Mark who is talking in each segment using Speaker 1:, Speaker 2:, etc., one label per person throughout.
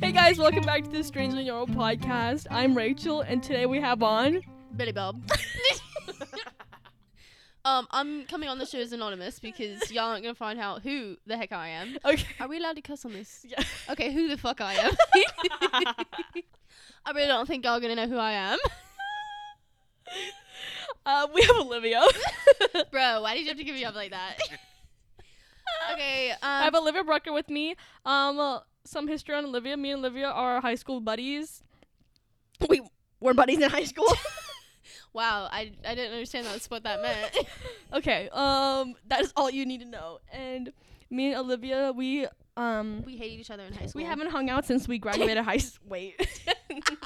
Speaker 1: Hey guys, welcome back to the Strangely Normal podcast. I'm Rachel, and today we have on.
Speaker 2: Billy Bob. um, I'm coming on the show as anonymous because y'all aren't gonna find out who the heck I am.
Speaker 1: Okay.
Speaker 2: Are we allowed to cuss on this?
Speaker 1: Yeah.
Speaker 2: Okay, who the fuck I am? I really don't think y'all gonna know who I am.
Speaker 1: Uh, we have Olivia.
Speaker 2: Bro, why did you have to give me up like that? okay, um,
Speaker 1: I have Olivia Brucker with me. Um, uh, some history on Olivia. Me and Olivia are high school buddies. We were buddies in high school.
Speaker 2: wow, I, I didn't understand that's what that meant.
Speaker 1: okay. Um, that is all you need to know. And me and Olivia, we um,
Speaker 2: we hated each other in high school.
Speaker 1: we haven't hung out since we graduated high. s- Wait.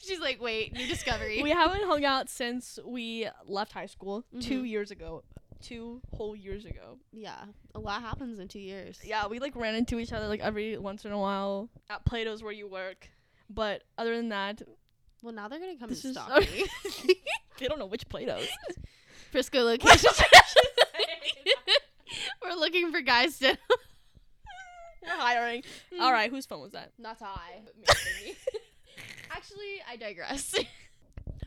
Speaker 2: She's like, wait, new discovery.
Speaker 1: we haven't hung out since we left high school two
Speaker 2: Mhm.
Speaker 1: years ago. Two whole years ago.
Speaker 2: yeah, a lot happens in two years.
Speaker 1: Yeah, we like ran into each other like every once in a while at Plato's where you work. But other than that,
Speaker 2: Well, now they're gonna come
Speaker 1: This
Speaker 2: and
Speaker 1: is
Speaker 2: stop
Speaker 1: so-
Speaker 2: me.
Speaker 1: they don't know which Plato's.
Speaker 2: Frisco location. We're looking for guys to.
Speaker 1: You're hiring. All right, whose phone was that?
Speaker 2: Not I. Actually, I digress.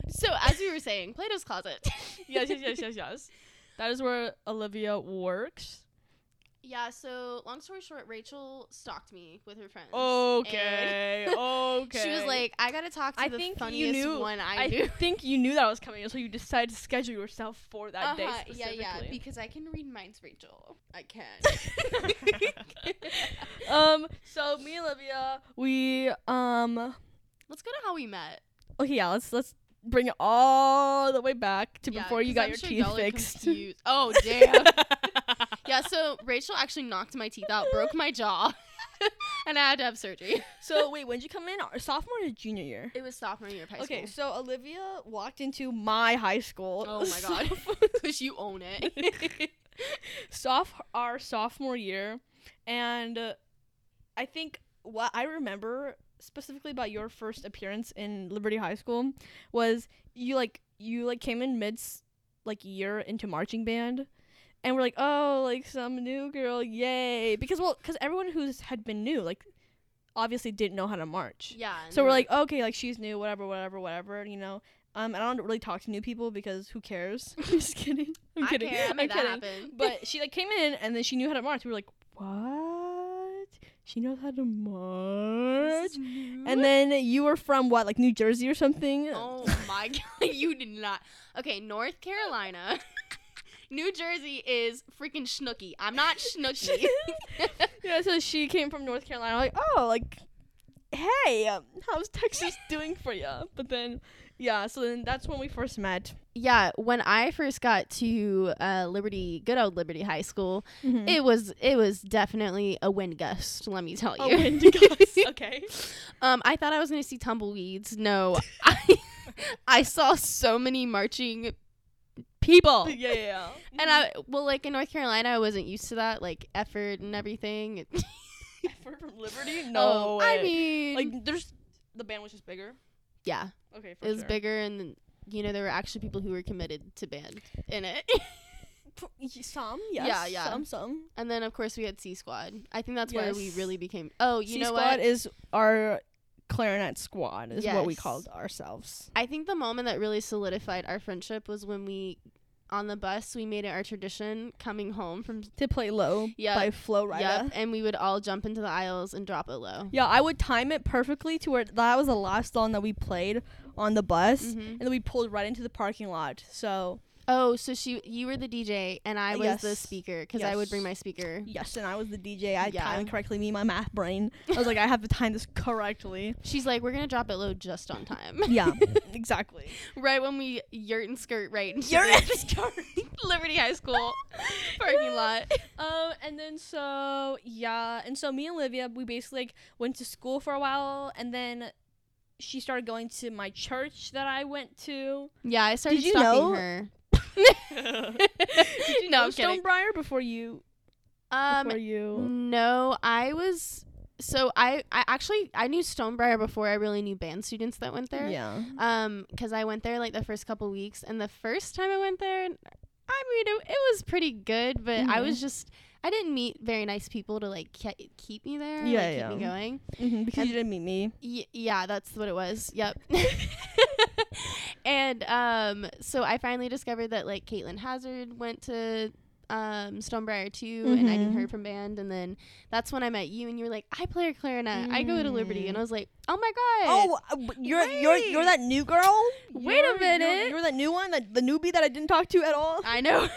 Speaker 2: so, as we were saying, Plato's Closet.
Speaker 1: yes, yes, yes, yes, yes. That is where Olivia works.
Speaker 2: Yeah, so long story short, Rachel stalked me with her friends.
Speaker 1: Okay, okay.
Speaker 2: She was like, I gotta talk to
Speaker 1: I
Speaker 2: the
Speaker 1: think you
Speaker 2: funniest
Speaker 1: knew-
Speaker 2: one I,
Speaker 1: I
Speaker 2: knew.
Speaker 1: think you knew that I was coming, so you decided to schedule yourself for that day
Speaker 2: Uh-huh, yeah,
Speaker 1: specifically.
Speaker 2: yeah, because I can read minds, Rachel. I can.
Speaker 1: um, so me and Olivia, we um
Speaker 2: Let's go to how we met.
Speaker 1: Okay, yeah, let's let's bring it all the way back to
Speaker 2: Yeah,
Speaker 1: before you
Speaker 2: 'cause
Speaker 1: got
Speaker 2: I'm
Speaker 1: your
Speaker 2: sure
Speaker 1: teeth
Speaker 2: y'all are
Speaker 1: fixed.
Speaker 2: confused. Oh damn. yeah, so Rachel actually knocked my teeth out, broke my jaw, and I had to have surgery.
Speaker 1: so wait, when did you come in? Our sophomore or junior year?
Speaker 2: It was sophomore year of high
Speaker 1: okay, so Olivia walked into my high school.
Speaker 2: Oh my god. Because you own it.
Speaker 1: Soph our sophomore year, and uh, I think what I remember specifically about your first appearance in Liberty High School was you like you like came in mid s- like year into marching band. And we're like, oh, like some new girl, yay! Because well, because everyone who's had been new, like, obviously didn't know how to march.
Speaker 2: Yeah.
Speaker 1: So
Speaker 2: no.
Speaker 1: we're like, "Oh, okay, like she's new, whatever, whatever, whatever, you know. Um, and I don't really talk to new people because who cares? I'm just kidding. I'm
Speaker 2: I
Speaker 1: kidding.
Speaker 2: care, I
Speaker 1: I'm
Speaker 2: made
Speaker 1: kidding.
Speaker 2: that happen.
Speaker 1: But she like came in and then she knew how to march. We were like, what? She knows how to march. And then you were from what, like New Jersey or something?
Speaker 2: Oh my god, you did not. Okay, North Carolina. New Jersey is freaking schnooky. I'm not schnooky.
Speaker 1: yeah. So she came from North Carolina. Like, oh, like, hey, um, how's Texas doing for you? But then, yeah. So then that's when we first met.
Speaker 2: yeah, when I first got to uh, Liberty, good old Liberty High School,
Speaker 1: Mhm.
Speaker 2: It was it was definitely a wind gust, let me tell you.
Speaker 1: A wind gust, Oh, okay.
Speaker 2: um I thought I was going to see tumbleweeds. No. I I saw so many marching people.
Speaker 1: yeah, yeah.
Speaker 2: And I well like in North Carolina I wasn't used to that like effort and everything.
Speaker 1: For from Liberty?
Speaker 2: Oh,
Speaker 1: No.
Speaker 2: I
Speaker 1: way.
Speaker 2: mean
Speaker 1: like there's the band was just bigger.
Speaker 2: yeah,
Speaker 1: Okay, for
Speaker 2: it was
Speaker 1: sure.
Speaker 2: bigger and you know there were actually people who were committed to band in it.
Speaker 1: P- y- Some, yes.
Speaker 2: Yeah, yeah.
Speaker 1: Some, some.
Speaker 2: and then of course we had C Squad. I think that's where we
Speaker 1: Yes.
Speaker 2: really became Oh, you know what?
Speaker 1: Squad is our clarinet squad is what we
Speaker 2: Yes.
Speaker 1: called ourselves.
Speaker 2: I think the moment that really solidified our friendship was when we, on the bus, we made it our tradition coming home from.
Speaker 1: To play low
Speaker 2: Yeah.
Speaker 1: by Flo Rida.
Speaker 2: Yep, and we would all jump into the aisles and drop it low.
Speaker 1: Yeah, I would time it perfectly to where that was the last song that we played on the bus.
Speaker 2: Mhm.
Speaker 1: And then we pulled right into the parking lot. So
Speaker 2: Oh, so she, you were the DJ and I was the
Speaker 1: Yes.
Speaker 2: speaker because I would bring my speaker.
Speaker 1: yes, and I was the DJ. I
Speaker 2: Yeah.
Speaker 1: timed correctly. Me, and my math brain. I was like, I have to time this correctly.
Speaker 2: She's like, we're gonna drop it low just on time,
Speaker 1: Yeah, exactly.
Speaker 2: right when we yurt and skirt right into
Speaker 1: You're
Speaker 2: the Liberty High School parking lot.
Speaker 1: Um, and then so yeah, and so me and Olivia, we basically like went to school for a while, and then she started going to my church that I went to.
Speaker 2: Yeah, I started
Speaker 1: you
Speaker 2: stalking
Speaker 1: know-
Speaker 2: her.
Speaker 1: Did you
Speaker 2: No,
Speaker 1: know
Speaker 2: I'm kidding.
Speaker 1: Stonebriar before you.
Speaker 2: Um,
Speaker 1: before you.
Speaker 2: No, I was so I I actually I knew Stonebriar before I really knew band students that went there.
Speaker 1: Yeah.
Speaker 2: Um, because I went there like the first couple
Speaker 1: Mm-hmm.
Speaker 2: weeks, and the first time I went there, I mean it, it was pretty good, but I was just I didn't meet very nice people to like ke- keep me there. Yeah,
Speaker 1: Yeah,
Speaker 2: like,
Speaker 1: yeah.
Speaker 2: Keep me going.
Speaker 1: hmm because
Speaker 2: And-
Speaker 1: you didn't meet me.
Speaker 2: Y- yeah, that's what it was. Yep. and um, so I finally discovered that like Caitlin Hazard went to um Stonebriar too, and I knew
Speaker 1: Mhm.
Speaker 2: her from band, and then that's when I met you, and you were like, I play clarinet, I go to Liberty, and I was like, Oh my god!
Speaker 1: Mm-hmm. Oh, uh, w- you're you're you're that new girl.
Speaker 2: Wait a
Speaker 1: You're- you're-
Speaker 2: minute.
Speaker 1: You're that new one, that the newbie that I didn't talk to at all.
Speaker 2: I know.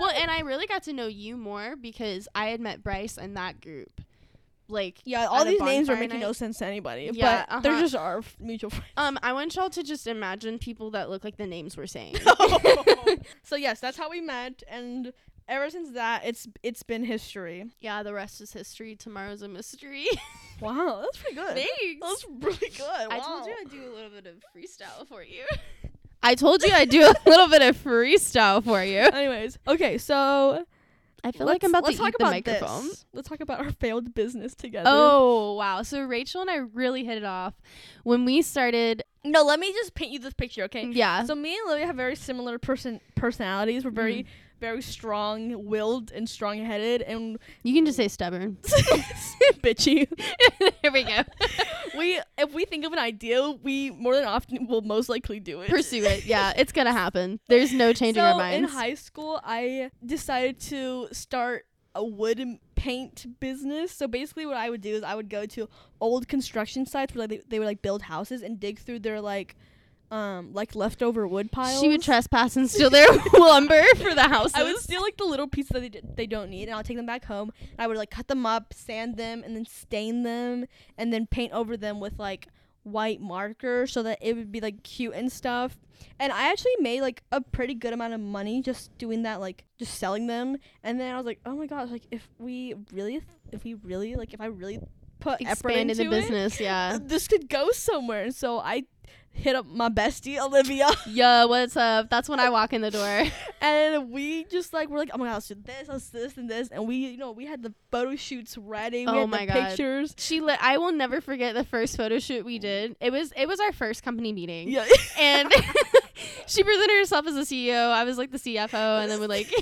Speaker 2: well, and I really got to know you more because I had met Bryce in that group. Like,
Speaker 1: Yeah, all
Speaker 2: At a
Speaker 1: these names are
Speaker 2: bonfire
Speaker 1: making no
Speaker 2: night?
Speaker 1: sense to anybody.
Speaker 2: Yeah,
Speaker 1: but they're
Speaker 2: uh-huh.
Speaker 1: just our f- mutual friends.
Speaker 2: um, I want y'all to just imagine people that look like the names we're saying.
Speaker 1: so yes, that's how we met, and ever since that, it's it's been history.
Speaker 2: yeah, the rest is history. Tomorrow's a mystery.
Speaker 1: Wow, that's pretty good.
Speaker 2: Thanks.
Speaker 1: That's really good.
Speaker 2: I
Speaker 1: wow.
Speaker 2: told you I'd do a little bit of freestyle for you. I told you I'd do a little bit of freestyle for you.
Speaker 1: Anyways, okay, so
Speaker 2: I feel like
Speaker 1: let's-
Speaker 2: I'm about to
Speaker 1: let's
Speaker 2: eat
Speaker 1: talk
Speaker 2: the
Speaker 1: about
Speaker 2: microphone.
Speaker 1: This. Let's talk about our failed business together.
Speaker 2: Oh wow! So Rachel and I really hit it off when we started.
Speaker 1: no, let me just paint you this picture, okay?
Speaker 2: Yeah,
Speaker 1: So me and Lily have very similar person personalities. We're very
Speaker 2: Mm-hmm.
Speaker 1: very strong willed and strong headed and
Speaker 2: you can just say stubborn.
Speaker 1: bitchy.
Speaker 2: there we go.
Speaker 1: We if we think of an idea, we more than often will most likely do it.
Speaker 2: Pursue it. Yeah, it's gonna happen. There's no changing
Speaker 1: so
Speaker 2: our minds.
Speaker 1: in high school, I decided to start a wood and paint business. So basically, what I would do is I would go to old construction sites where like, they, they would like build houses and dig through their like um like leftover wood piles.
Speaker 2: she would trespass and steal their lumber for the houses.
Speaker 1: I would steal like the little pieces that they, d- they don't need, and I'll take them back home. And I would like cut them up, sand them, and then stain them, and then paint over them with like white marker so that it would be like cute and stuff. And I actually made like a pretty good amount of money just doing that, like just selling them. And then I was like, oh my gosh, like if we really, if we really, like if I really put
Speaker 2: expanded
Speaker 1: effort into
Speaker 2: the
Speaker 1: it,
Speaker 2: business. Yeah.
Speaker 1: this could go somewhere. And so I hit up my bestie Olivia.
Speaker 2: Yo, what's up? That's when I walk in the door.
Speaker 1: And we just like we're like, oh my god, let's do this, let's do this and this, and we, you know, we had the photo shoots ready. We
Speaker 2: Oh
Speaker 1: had
Speaker 2: my
Speaker 1: the
Speaker 2: God.
Speaker 1: pictures.
Speaker 2: She lit. I will never forget the first photo shoot we did. It was it was our first company meeting,
Speaker 1: Yeah.
Speaker 2: and she presented herself as the CEO. I was like the CFO, and then we like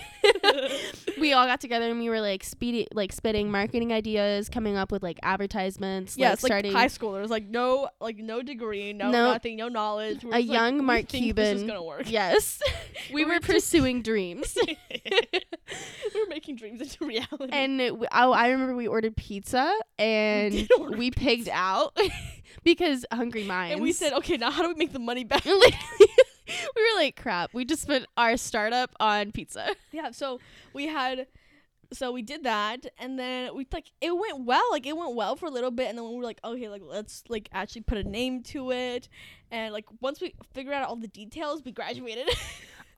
Speaker 2: we all got together and we were like speedy like spitting marketing ideas, coming up with like advertisements,
Speaker 1: yeah,
Speaker 2: like
Speaker 1: it's like
Speaker 2: starting
Speaker 1: high schoolers, like no, like no degree, no
Speaker 2: No.
Speaker 1: nothing, no knowledge. We're
Speaker 2: A
Speaker 1: just like,
Speaker 2: young
Speaker 1: we
Speaker 2: Mark
Speaker 1: think This is
Speaker 2: Cuban.
Speaker 1: gonna work.
Speaker 2: Yes, we
Speaker 1: We're
Speaker 2: were
Speaker 1: just-
Speaker 2: pursuing dreams,
Speaker 1: we're making dreams into reality.
Speaker 2: and we, oh, I remember we ordered pizza and
Speaker 1: did order
Speaker 2: we pigged out because Hungry Minds.
Speaker 1: And we said, okay, now how do we make the money back?
Speaker 2: Like, we were like, crap, we just spent our startup on pizza.
Speaker 1: yeah. So we had. So we did that, and then we like it went well. Like it went well for a little bit, and then we were like, okay, like let's like actually put a name to it, and like once we figured out all the details, we graduated.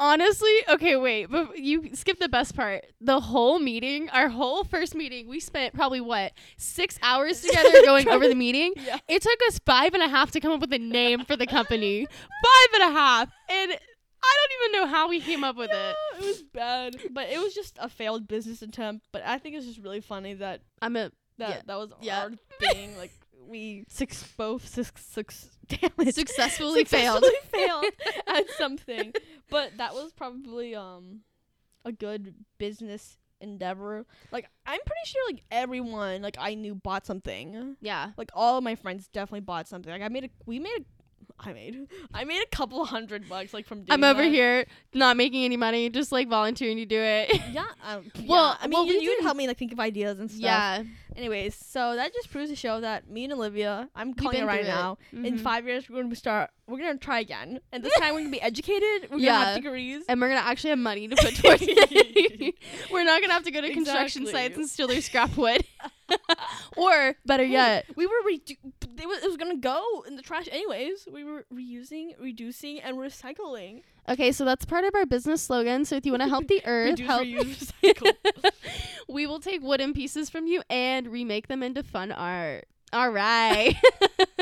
Speaker 2: Honestly, okay, wait, but you skipped the best part. The whole meeting, our whole first meeting, we spent probably what, six hours together going over the meeting?
Speaker 1: yeah.
Speaker 2: It took us five and a half to come up with a name for the company. five and a half. And I don't even know how we came up with it.
Speaker 1: it was bad, but it was just a failed business attempt. But I think it's just really funny that
Speaker 2: I'm a
Speaker 1: that
Speaker 2: Yeah.
Speaker 1: that was
Speaker 2: Yeah.
Speaker 1: our thing. Like we six both six six damn it.
Speaker 2: successfully failed.
Speaker 1: Successfully failed at something. But that was probably um a good business endeavor. Like I'm pretty sure like everyone like I knew bought something.
Speaker 2: Yeah.
Speaker 1: Like all of my friends definitely bought something. Like I made a we made a I made I made a couple hundred bucks like from doing
Speaker 2: I'm over
Speaker 1: that.
Speaker 2: here not making any money, just like volunteering to do it.
Speaker 1: Yeah. Um,
Speaker 2: Well,
Speaker 1: well, I mean,
Speaker 2: well,
Speaker 1: you,
Speaker 2: we
Speaker 1: you would
Speaker 2: didn't-
Speaker 1: help me like think of ideas and stuff.
Speaker 2: yeah.
Speaker 1: Anyways, so that just proves to show that me and Olivia, I'm calling it
Speaker 2: been
Speaker 1: right
Speaker 2: through it.
Speaker 1: now. In
Speaker 2: Mhm.
Speaker 1: five years, we're gonna start. We're gonna try again, and this time we're gonna be educated. We're gonna
Speaker 2: Yeah.
Speaker 1: have degrees.
Speaker 2: and we're gonna actually have money to put towards it. we're not gonna have to go to construction
Speaker 1: Exactly.
Speaker 2: sites and steal their scrap wood, or better yet,
Speaker 1: we were redu- it, was, it was gonna go in the trash anyways. We were reusing, reducing, and recycling.
Speaker 2: okay. So that's part of our business slogan. So if you want to help the earth,
Speaker 1: Reduce,
Speaker 2: help.
Speaker 1: reuse, recycle.
Speaker 2: we will take wooden pieces from you and remake them into fun art. All right.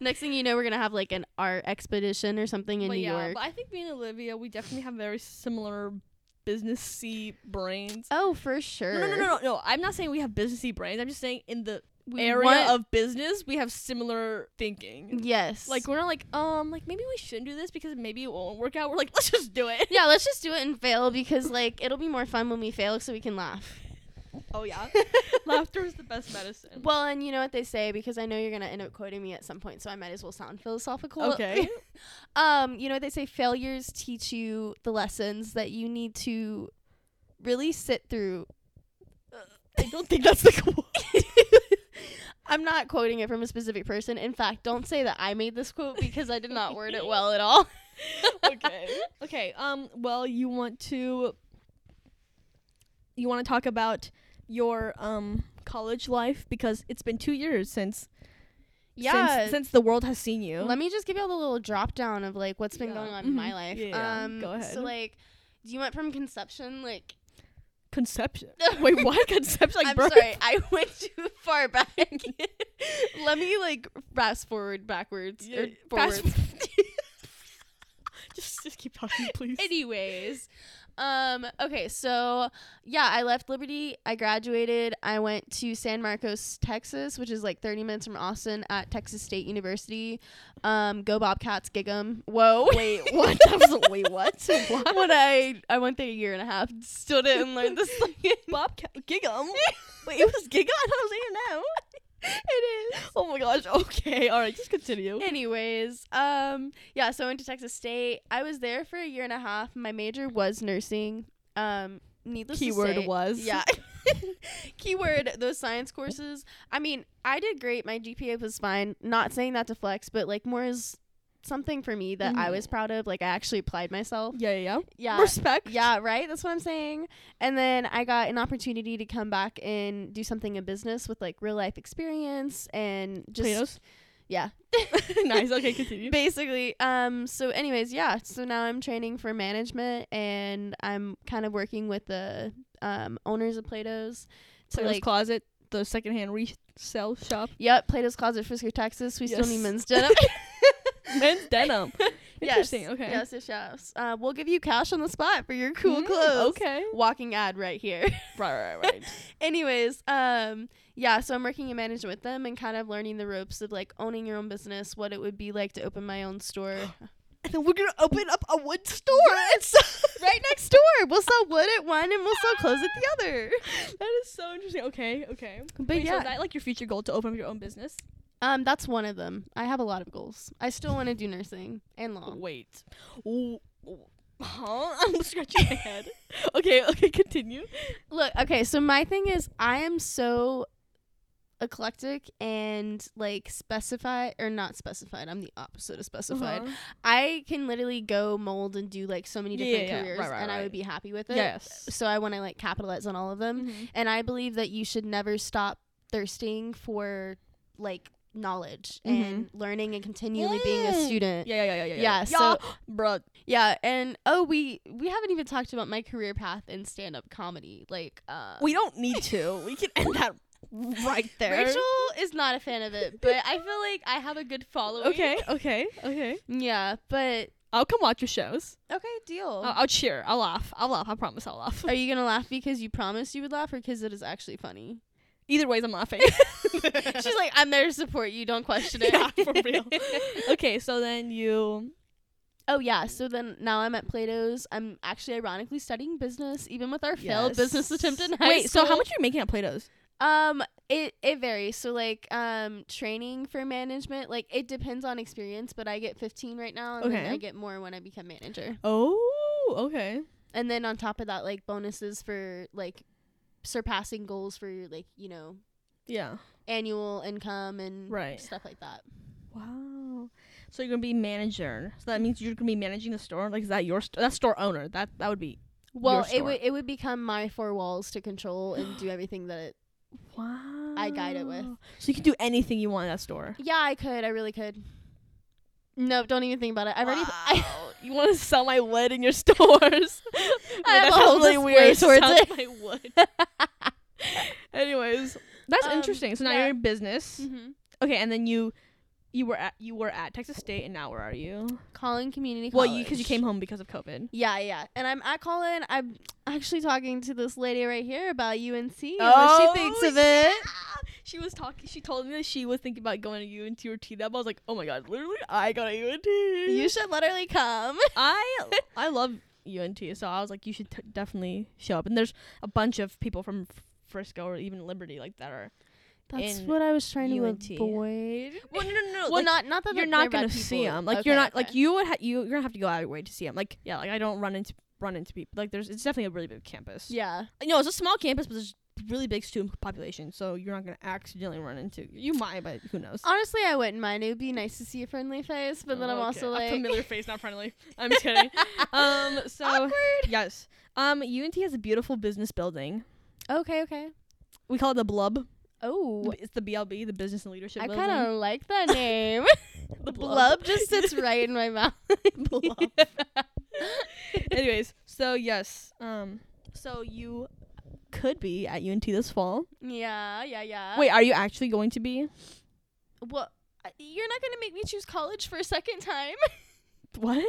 Speaker 2: Next thing you know, we're gonna have like an art expedition or something in
Speaker 1: but
Speaker 2: New
Speaker 1: yeah,
Speaker 2: York.
Speaker 1: but I think me and Olivia, we definitely have very similar businessy brains.
Speaker 2: Oh, for sure.
Speaker 1: No, no, no, no, no, no. I'm not saying we have businessy brains. I'm just saying in the
Speaker 2: We
Speaker 1: area
Speaker 2: want-
Speaker 1: of business, we have similar thinking.
Speaker 2: yes.
Speaker 1: Like we're not like um like maybe we shouldn't do this because maybe it won't work out. We're like let's just do it.
Speaker 2: yeah, let's just do it and fail because like it'll be more fun when we fail so we can laugh.
Speaker 1: Oh yeah, laughter is the best medicine.
Speaker 2: Well, and you know what they say because I know you're gonna end up quoting me at some point, so I might as well sound philosophical.
Speaker 1: Okay.
Speaker 2: um, you know what they say: failures teach you the lessons that you need to really sit through.
Speaker 1: I don't think that's the quote.
Speaker 2: I'm not quoting it from a specific person. In fact, don't say that I made this quote because I did not word it well at all.
Speaker 1: okay. Okay. Um. Well, you want to. You want to talk about your um college life because it's been two years since
Speaker 2: Yeah.
Speaker 1: since, since the world has seen you.
Speaker 2: Let me just give you Mm-hmm. all the little drop down of like what's been
Speaker 1: Yeah.
Speaker 2: going on in my
Speaker 1: Mhm.
Speaker 2: life.
Speaker 1: Yeah, yeah.
Speaker 2: Um,
Speaker 1: Go ahead.
Speaker 2: So like, do you went from conception like?
Speaker 1: conception. Wait, what? Conception like
Speaker 2: I'm
Speaker 1: birth?
Speaker 2: sorry, I went too far back. Let me like fast forward backwards
Speaker 1: Yeah,
Speaker 2: or
Speaker 1: fast
Speaker 2: forwards.
Speaker 1: Just just keep talking, please.
Speaker 2: Anyways, um, okay, so yeah, I left Liberty. I graduated. I went to San Marcos, Texas, which is like 30 minutes from Austin at Texas State University. Um, go Bobcats, gig 'em. Whoa.
Speaker 1: Wait, what? That was, wait, what? what?
Speaker 2: when I I went there a year and a half, still didn't learn this language.
Speaker 1: Bobcat Gigum. Wait, it was Gigum. I thought it was now.
Speaker 2: it is.
Speaker 1: Oh my gosh. Okay. All right. Just continue.
Speaker 2: Anyways, um, yeah, so I went to Texas State. I was there for a year and a half. My major was nursing. Um, needless to
Speaker 1: Keyword
Speaker 2: say,
Speaker 1: was.
Speaker 2: yeah. Keyword those science courses. I mean, I did great. My GPA was fine. Not saying that to flex, but like more is something for me that I was proud of. Like I actually applied myself.
Speaker 1: Yeah. Yeah. yeah.
Speaker 2: Yeah.
Speaker 1: Respect.
Speaker 2: Yeah, right? That's what I'm saying. And then I got an opportunity to come back and do something in business with like real life experience and just
Speaker 1: Potatoes.
Speaker 2: yeah.
Speaker 1: nice. Okay. Continue.
Speaker 2: Basically, um so anyways, yeah, so now I'm training for management and I'm kind of working with the um owners of Plato's to
Speaker 1: Plato's
Speaker 2: like
Speaker 1: closet, the secondhand resale shop.
Speaker 2: Yep, Plato's Closet, Frisco, Texas. We still
Speaker 1: Yes.
Speaker 2: need men's denim.
Speaker 1: Men's denim. Interesting.
Speaker 2: Yes.
Speaker 1: Okay.
Speaker 2: Yes, yes, yes. Uh, we'll give you cash on the spot for your cool
Speaker 1: Mm,
Speaker 2: clothes.
Speaker 1: Okay.
Speaker 2: Walking ad right here.
Speaker 1: Right. Right. Right.
Speaker 2: Anyways, um, yeah, so I'm working in management with them and kind of learning the ropes of like owning your own business, what it would be like to open my own store.
Speaker 1: and then we're gonna open up a wood store.
Speaker 2: right next door. We'll sell wood at one and we'll sell clothes at the other.
Speaker 1: That is so interesting. Okay. Okay.
Speaker 2: But
Speaker 1: Wait, So
Speaker 2: yeah.
Speaker 1: is that like your future goal to open up your own business?
Speaker 2: Um, that's one of them. I have a lot of goals. I still want to do nursing and law.
Speaker 1: Wait. Ooh, ooh. Huh? I'm scratching my head. Okay, okay, continue.
Speaker 2: Look, okay, so my thing is I am so eclectic and like specified or not specified. I'm the opposite of
Speaker 1: Uh-huh.
Speaker 2: specified. I can literally go mold and do like so many
Speaker 1: Yeah,
Speaker 2: different
Speaker 1: yeah, yeah.
Speaker 2: careers
Speaker 1: Right, right,
Speaker 2: and I
Speaker 1: right.
Speaker 2: would be happy with it.
Speaker 1: Yes.
Speaker 2: So I want to like capitalize on all of them.
Speaker 1: Mm-hmm.
Speaker 2: And I believe that you should never stop thirsting for like knowledge and learning and continually being a
Speaker 1: Mm.
Speaker 2: student.
Speaker 1: Mm-hmm. Yeah, yeah, yeah, yeah.
Speaker 2: Yeah,
Speaker 1: yeah. bro,
Speaker 2: Yeah, and oh we we haven't even talked about my career path in stand up comedy. Like uh
Speaker 1: we don't need to. We can end that right there.
Speaker 2: Rachel is not a fan of it, but I feel like I have a good following.
Speaker 1: Okay, okay, okay.
Speaker 2: Yeah, but
Speaker 1: I'll come watch your shows.
Speaker 2: okay, deal.
Speaker 1: I'll, I'll cheer. I'll laugh. I'll laugh. I promise I'll laugh.
Speaker 2: Are you gonna laugh because you promised you would laugh, or because it is actually funny?
Speaker 1: Either ways, I'm laughing.
Speaker 2: She's like, I'm there to support you. Don't question it.
Speaker 1: Yeah, for real. okay, so then you.
Speaker 2: oh
Speaker 1: Mm.
Speaker 2: yeah. So then now I'm at Plato's. I'm actually ironically studying business, even with our failed
Speaker 1: Yes.
Speaker 2: business attempt in high
Speaker 1: Wait, so how
Speaker 2: school.
Speaker 1: much are you making at Plato's?
Speaker 2: Um, it it varies. So like, um, training for management, like it depends on experience. But I get 15 right now, and
Speaker 1: Okay.
Speaker 2: then I get more when I become manager.
Speaker 1: Oh, okay.
Speaker 2: and then on top of that like bonuses for like surpassing goals for your like you know
Speaker 1: Yeah.
Speaker 2: annual income and
Speaker 1: Right.
Speaker 2: stuff like that
Speaker 1: Wow. So you're gonna be manager. So that means you're gonna be managing the store. Like, is that your st- that store owner? That that would be.
Speaker 2: well it
Speaker 1: store.
Speaker 2: would it would become my four walls to control and do everything that it
Speaker 1: Wow.
Speaker 2: guide it with.
Speaker 1: So you can do anything you want at that store.
Speaker 2: yeah i could i really could no don't even think about it i've already I,
Speaker 1: you want to sell my wood in your stores?
Speaker 2: I have
Speaker 1: that
Speaker 2: a
Speaker 1: sounds
Speaker 2: whole display towards
Speaker 1: Sell
Speaker 2: it.
Speaker 1: my wood. Anyways, that's
Speaker 2: Um,
Speaker 1: interesting. So now
Speaker 2: yeah.
Speaker 1: you're in business.
Speaker 2: Mhm.
Speaker 1: Okay, and then you you were at you were at Texas State, and now where are you?
Speaker 2: calling community
Speaker 1: Well,
Speaker 2: college.
Speaker 1: you because you came home because of COVID.
Speaker 2: yeah yeah and i'm at colin i'm actually talking to this lady right here about unc and
Speaker 1: Oh,
Speaker 2: what she thinks of it
Speaker 1: She was talking. She told me that she was thinking about going to UNT or TW. I was like, oh my god, literally, I got a UNT.
Speaker 2: you should literally come
Speaker 1: I I love UNT, so I was like, you should t- definitely show up. And there's a bunch of people from f- Frisco or even Liberty like that are.
Speaker 2: That's
Speaker 1: in
Speaker 2: what I was trying
Speaker 1: UNT.
Speaker 2: to avoid.
Speaker 1: Well, no, no, no.
Speaker 2: Well,
Speaker 1: like,
Speaker 2: not not that
Speaker 1: you're
Speaker 2: they're
Speaker 1: not
Speaker 2: bad
Speaker 1: gonna see
Speaker 2: people.
Speaker 1: them. Like you're
Speaker 2: Okay,
Speaker 1: not like
Speaker 2: okay.
Speaker 1: you would ha- you you're gonna have to go out of your way to see them. Like yeah, like I don't run into run into people. Like there's it's definitely a really big campus.
Speaker 2: Yeah.
Speaker 1: You know, it's a small campus, but there's really big student population, so you're not gonna accidentally run into. You might, but who knows.
Speaker 2: Honestly, I wouldn't mind. It would be nice to see a friendly face, but then I'm
Speaker 1: Oh, Okay.
Speaker 2: also like
Speaker 1: a familiar face, not friendly. I'm just kidding. um, so
Speaker 2: awkward.
Speaker 1: yes, um, UNT has a beautiful business building.
Speaker 2: Okay, okay.
Speaker 1: We call it the Blub.
Speaker 2: Oh,
Speaker 1: It's the BLB, the Business and Leadership
Speaker 2: I
Speaker 1: Building.
Speaker 2: kind of like that name.
Speaker 1: the
Speaker 2: Blub just sits right in my mouth.
Speaker 1: Blub. Anyways, so yes, um, so you could be at UNT this fall.
Speaker 2: Yeah, yeah, yeah.
Speaker 1: Wait, are you actually going to be?
Speaker 2: Well, I- you're not gonna make me choose college for a second time.
Speaker 1: What?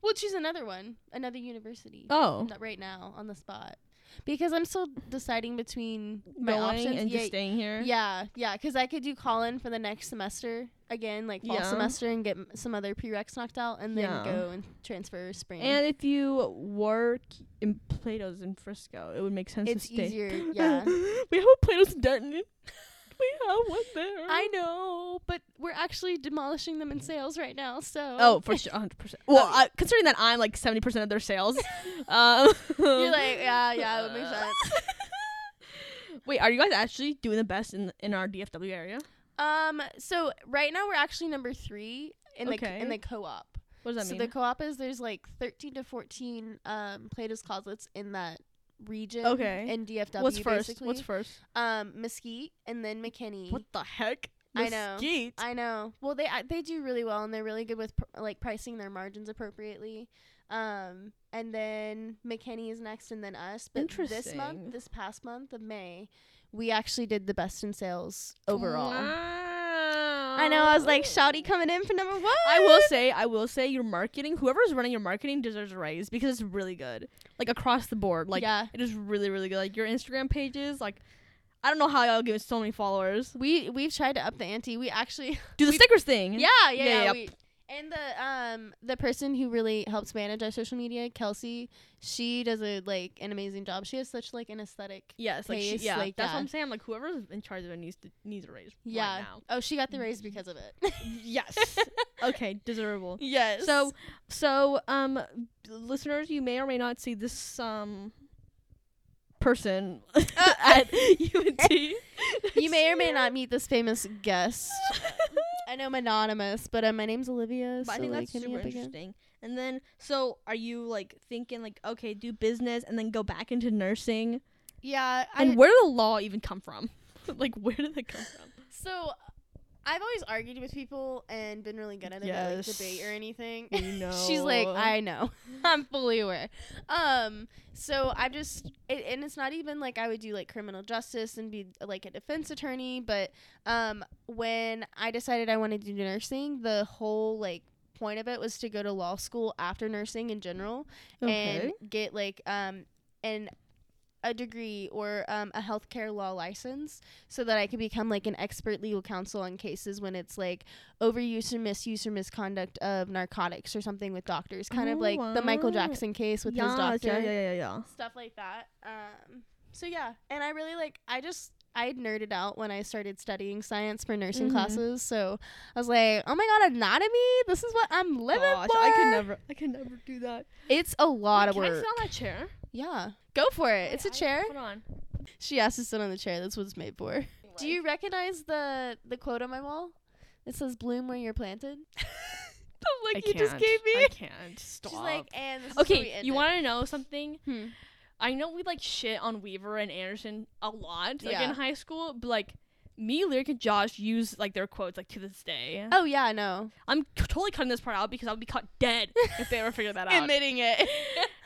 Speaker 2: we'll choose another one, another university.
Speaker 1: Oh,
Speaker 2: Not right now on the spot, because I'm still deciding between my
Speaker 1: going
Speaker 2: options.
Speaker 1: and
Speaker 2: yeah,
Speaker 1: just staying here.
Speaker 2: yeah, yeah, because I could do Colin for the next semester again, like fall
Speaker 1: Yeah.
Speaker 2: semester, and get m- some other prereqs knocked out, and then
Speaker 1: Yeah.
Speaker 2: go and transfer spring.
Speaker 1: And if you work in Plato's in Frisco, it would make sense
Speaker 2: It's
Speaker 1: to stay.
Speaker 2: easier, yeah.
Speaker 1: we have a Plato's in Denton. We have one there.
Speaker 2: I know, but we're actually demolishing them in sales right now. So
Speaker 1: Oh, for sure, 100%. Well, uh, considering that I'm like 70% of their sales. um,
Speaker 2: you're like, yeah, yeah, it makes sense.
Speaker 1: Wait, are you guys actually doing the best in in our DFW area?
Speaker 2: Um, so right now we're actually number three in the
Speaker 1: Okay.
Speaker 2: in the co-op.
Speaker 1: What does that
Speaker 2: so
Speaker 1: mean?
Speaker 2: the co-op is there's like 13 to 14 um Plato's closets in that region.
Speaker 1: Okay.
Speaker 2: In DFW.
Speaker 1: What's first?
Speaker 2: Basically.
Speaker 1: What's first?
Speaker 2: um Mesquite and then McKinney.
Speaker 1: What the heck?
Speaker 2: I know.
Speaker 1: Mesquite?
Speaker 2: I know. Well, they I, they do really well and they're really good with pr- like pricing their margins appropriately. Um, and then McKinney is next, and then us. But this
Speaker 1: Interesting.
Speaker 2: month, this past month of May, we actually did the best in sales overall. I know. I was like,
Speaker 1: Wow.
Speaker 2: Shouty coming in for number one.
Speaker 1: I will say, I will say, your marketing, whoever's running your marketing deserves a raise because it's really good. Like across the board, like
Speaker 2: yeah,
Speaker 1: it is really, really good. Like your Instagram pages, like I don't know how y'all get so many followers.
Speaker 2: we we've tried to up the ante. We actually,
Speaker 1: Do the
Speaker 2: We-
Speaker 1: stickers thing.
Speaker 2: yeah, yeah,
Speaker 1: Yeah,
Speaker 2: yeah.
Speaker 1: yeah.
Speaker 2: we, and the um the person who really helps manage our social media, Kelsey, she does a like an amazing job. She has such like an aesthetic.
Speaker 1: Yes, like she,
Speaker 2: Pace,
Speaker 1: yeah,
Speaker 2: like,
Speaker 1: that's what
Speaker 2: yeah.
Speaker 1: I'm saying. Like whoever's in charge of it needs to needs a raise
Speaker 2: Yeah.
Speaker 1: right now.
Speaker 2: Oh, she got the raise because of it.
Speaker 1: Yes. okay, desirable.
Speaker 2: yes.
Speaker 1: So, so um, listeners, you may or may not see this um person at UNT.
Speaker 2: Uh, you may or may not meet this famous guest. I know I'm anonymous, but uh, my name's Olivia.
Speaker 1: But I
Speaker 2: so,
Speaker 1: think
Speaker 2: like,
Speaker 1: that's
Speaker 2: hit me
Speaker 1: super
Speaker 2: up again.
Speaker 1: interesting. And then, so are you like thinking like, okay, do business and then go back into nursing?
Speaker 2: Yeah,
Speaker 1: and where did the law even come from? like, where did that come from?
Speaker 2: So I've always argued with people and been really good at it, at, like,
Speaker 1: Yes.
Speaker 2: debate or anything.
Speaker 1: You know.
Speaker 2: She's like, I know, I'm fully aware. Um, so I've just, it, and it's not even like I would do like criminal justice and be like a defense attorney, but um, when I decided I wanted to do nursing, the whole like point of it was to go to law school after nursing in general and get like um an a degree or um, a healthcare law license so that I can become like an expert legal counsel on cases when it's like overuse or misuse or misconduct of narcotics or something with doctors, kind of
Speaker 1: Oh,
Speaker 2: like the Michael
Speaker 1: wow.
Speaker 2: Jackson case with his
Speaker 1: Yes,
Speaker 2: doctor,
Speaker 1: Yeah, yeah, yeah, yeah.
Speaker 2: stuff like that. Um, so yeah, and I really like I just I had nerded out when I started studying science for nursing
Speaker 1: Mhm.
Speaker 2: classes, so I was like, oh my god, anatomy, this is what I'm living
Speaker 1: Gosh,
Speaker 2: for.
Speaker 1: I could never, I could never do that.
Speaker 2: It's a lot
Speaker 1: Wait,
Speaker 2: of
Speaker 1: can I
Speaker 2: work.
Speaker 1: sit on that chair?
Speaker 2: Yeah. Go for it.
Speaker 1: Wait,
Speaker 2: It's a
Speaker 1: I-
Speaker 2: chair.
Speaker 1: Hold on.
Speaker 2: She asked to sit on the chair. That's what it's made for. Do you recognize the the quote on my wall? It says bloom where you're planted. the look
Speaker 1: I
Speaker 2: you
Speaker 1: can't.
Speaker 2: just gave me.
Speaker 1: I can't. Stop.
Speaker 2: She's like, and this is where we
Speaker 1: okay,
Speaker 2: end
Speaker 1: you
Speaker 2: it."
Speaker 1: want to know something?
Speaker 2: Hmm.
Speaker 1: I know we like shit on Weaver and Anderson a lot, like in
Speaker 2: Yeah.
Speaker 1: high school, but like me, Lyric, and Josh use like their quotes like to this day.
Speaker 2: Oh yeah, no.
Speaker 1: I'm c- totally cutting this part out because I would be caught dead if they ever figured that out.
Speaker 2: Admitting it.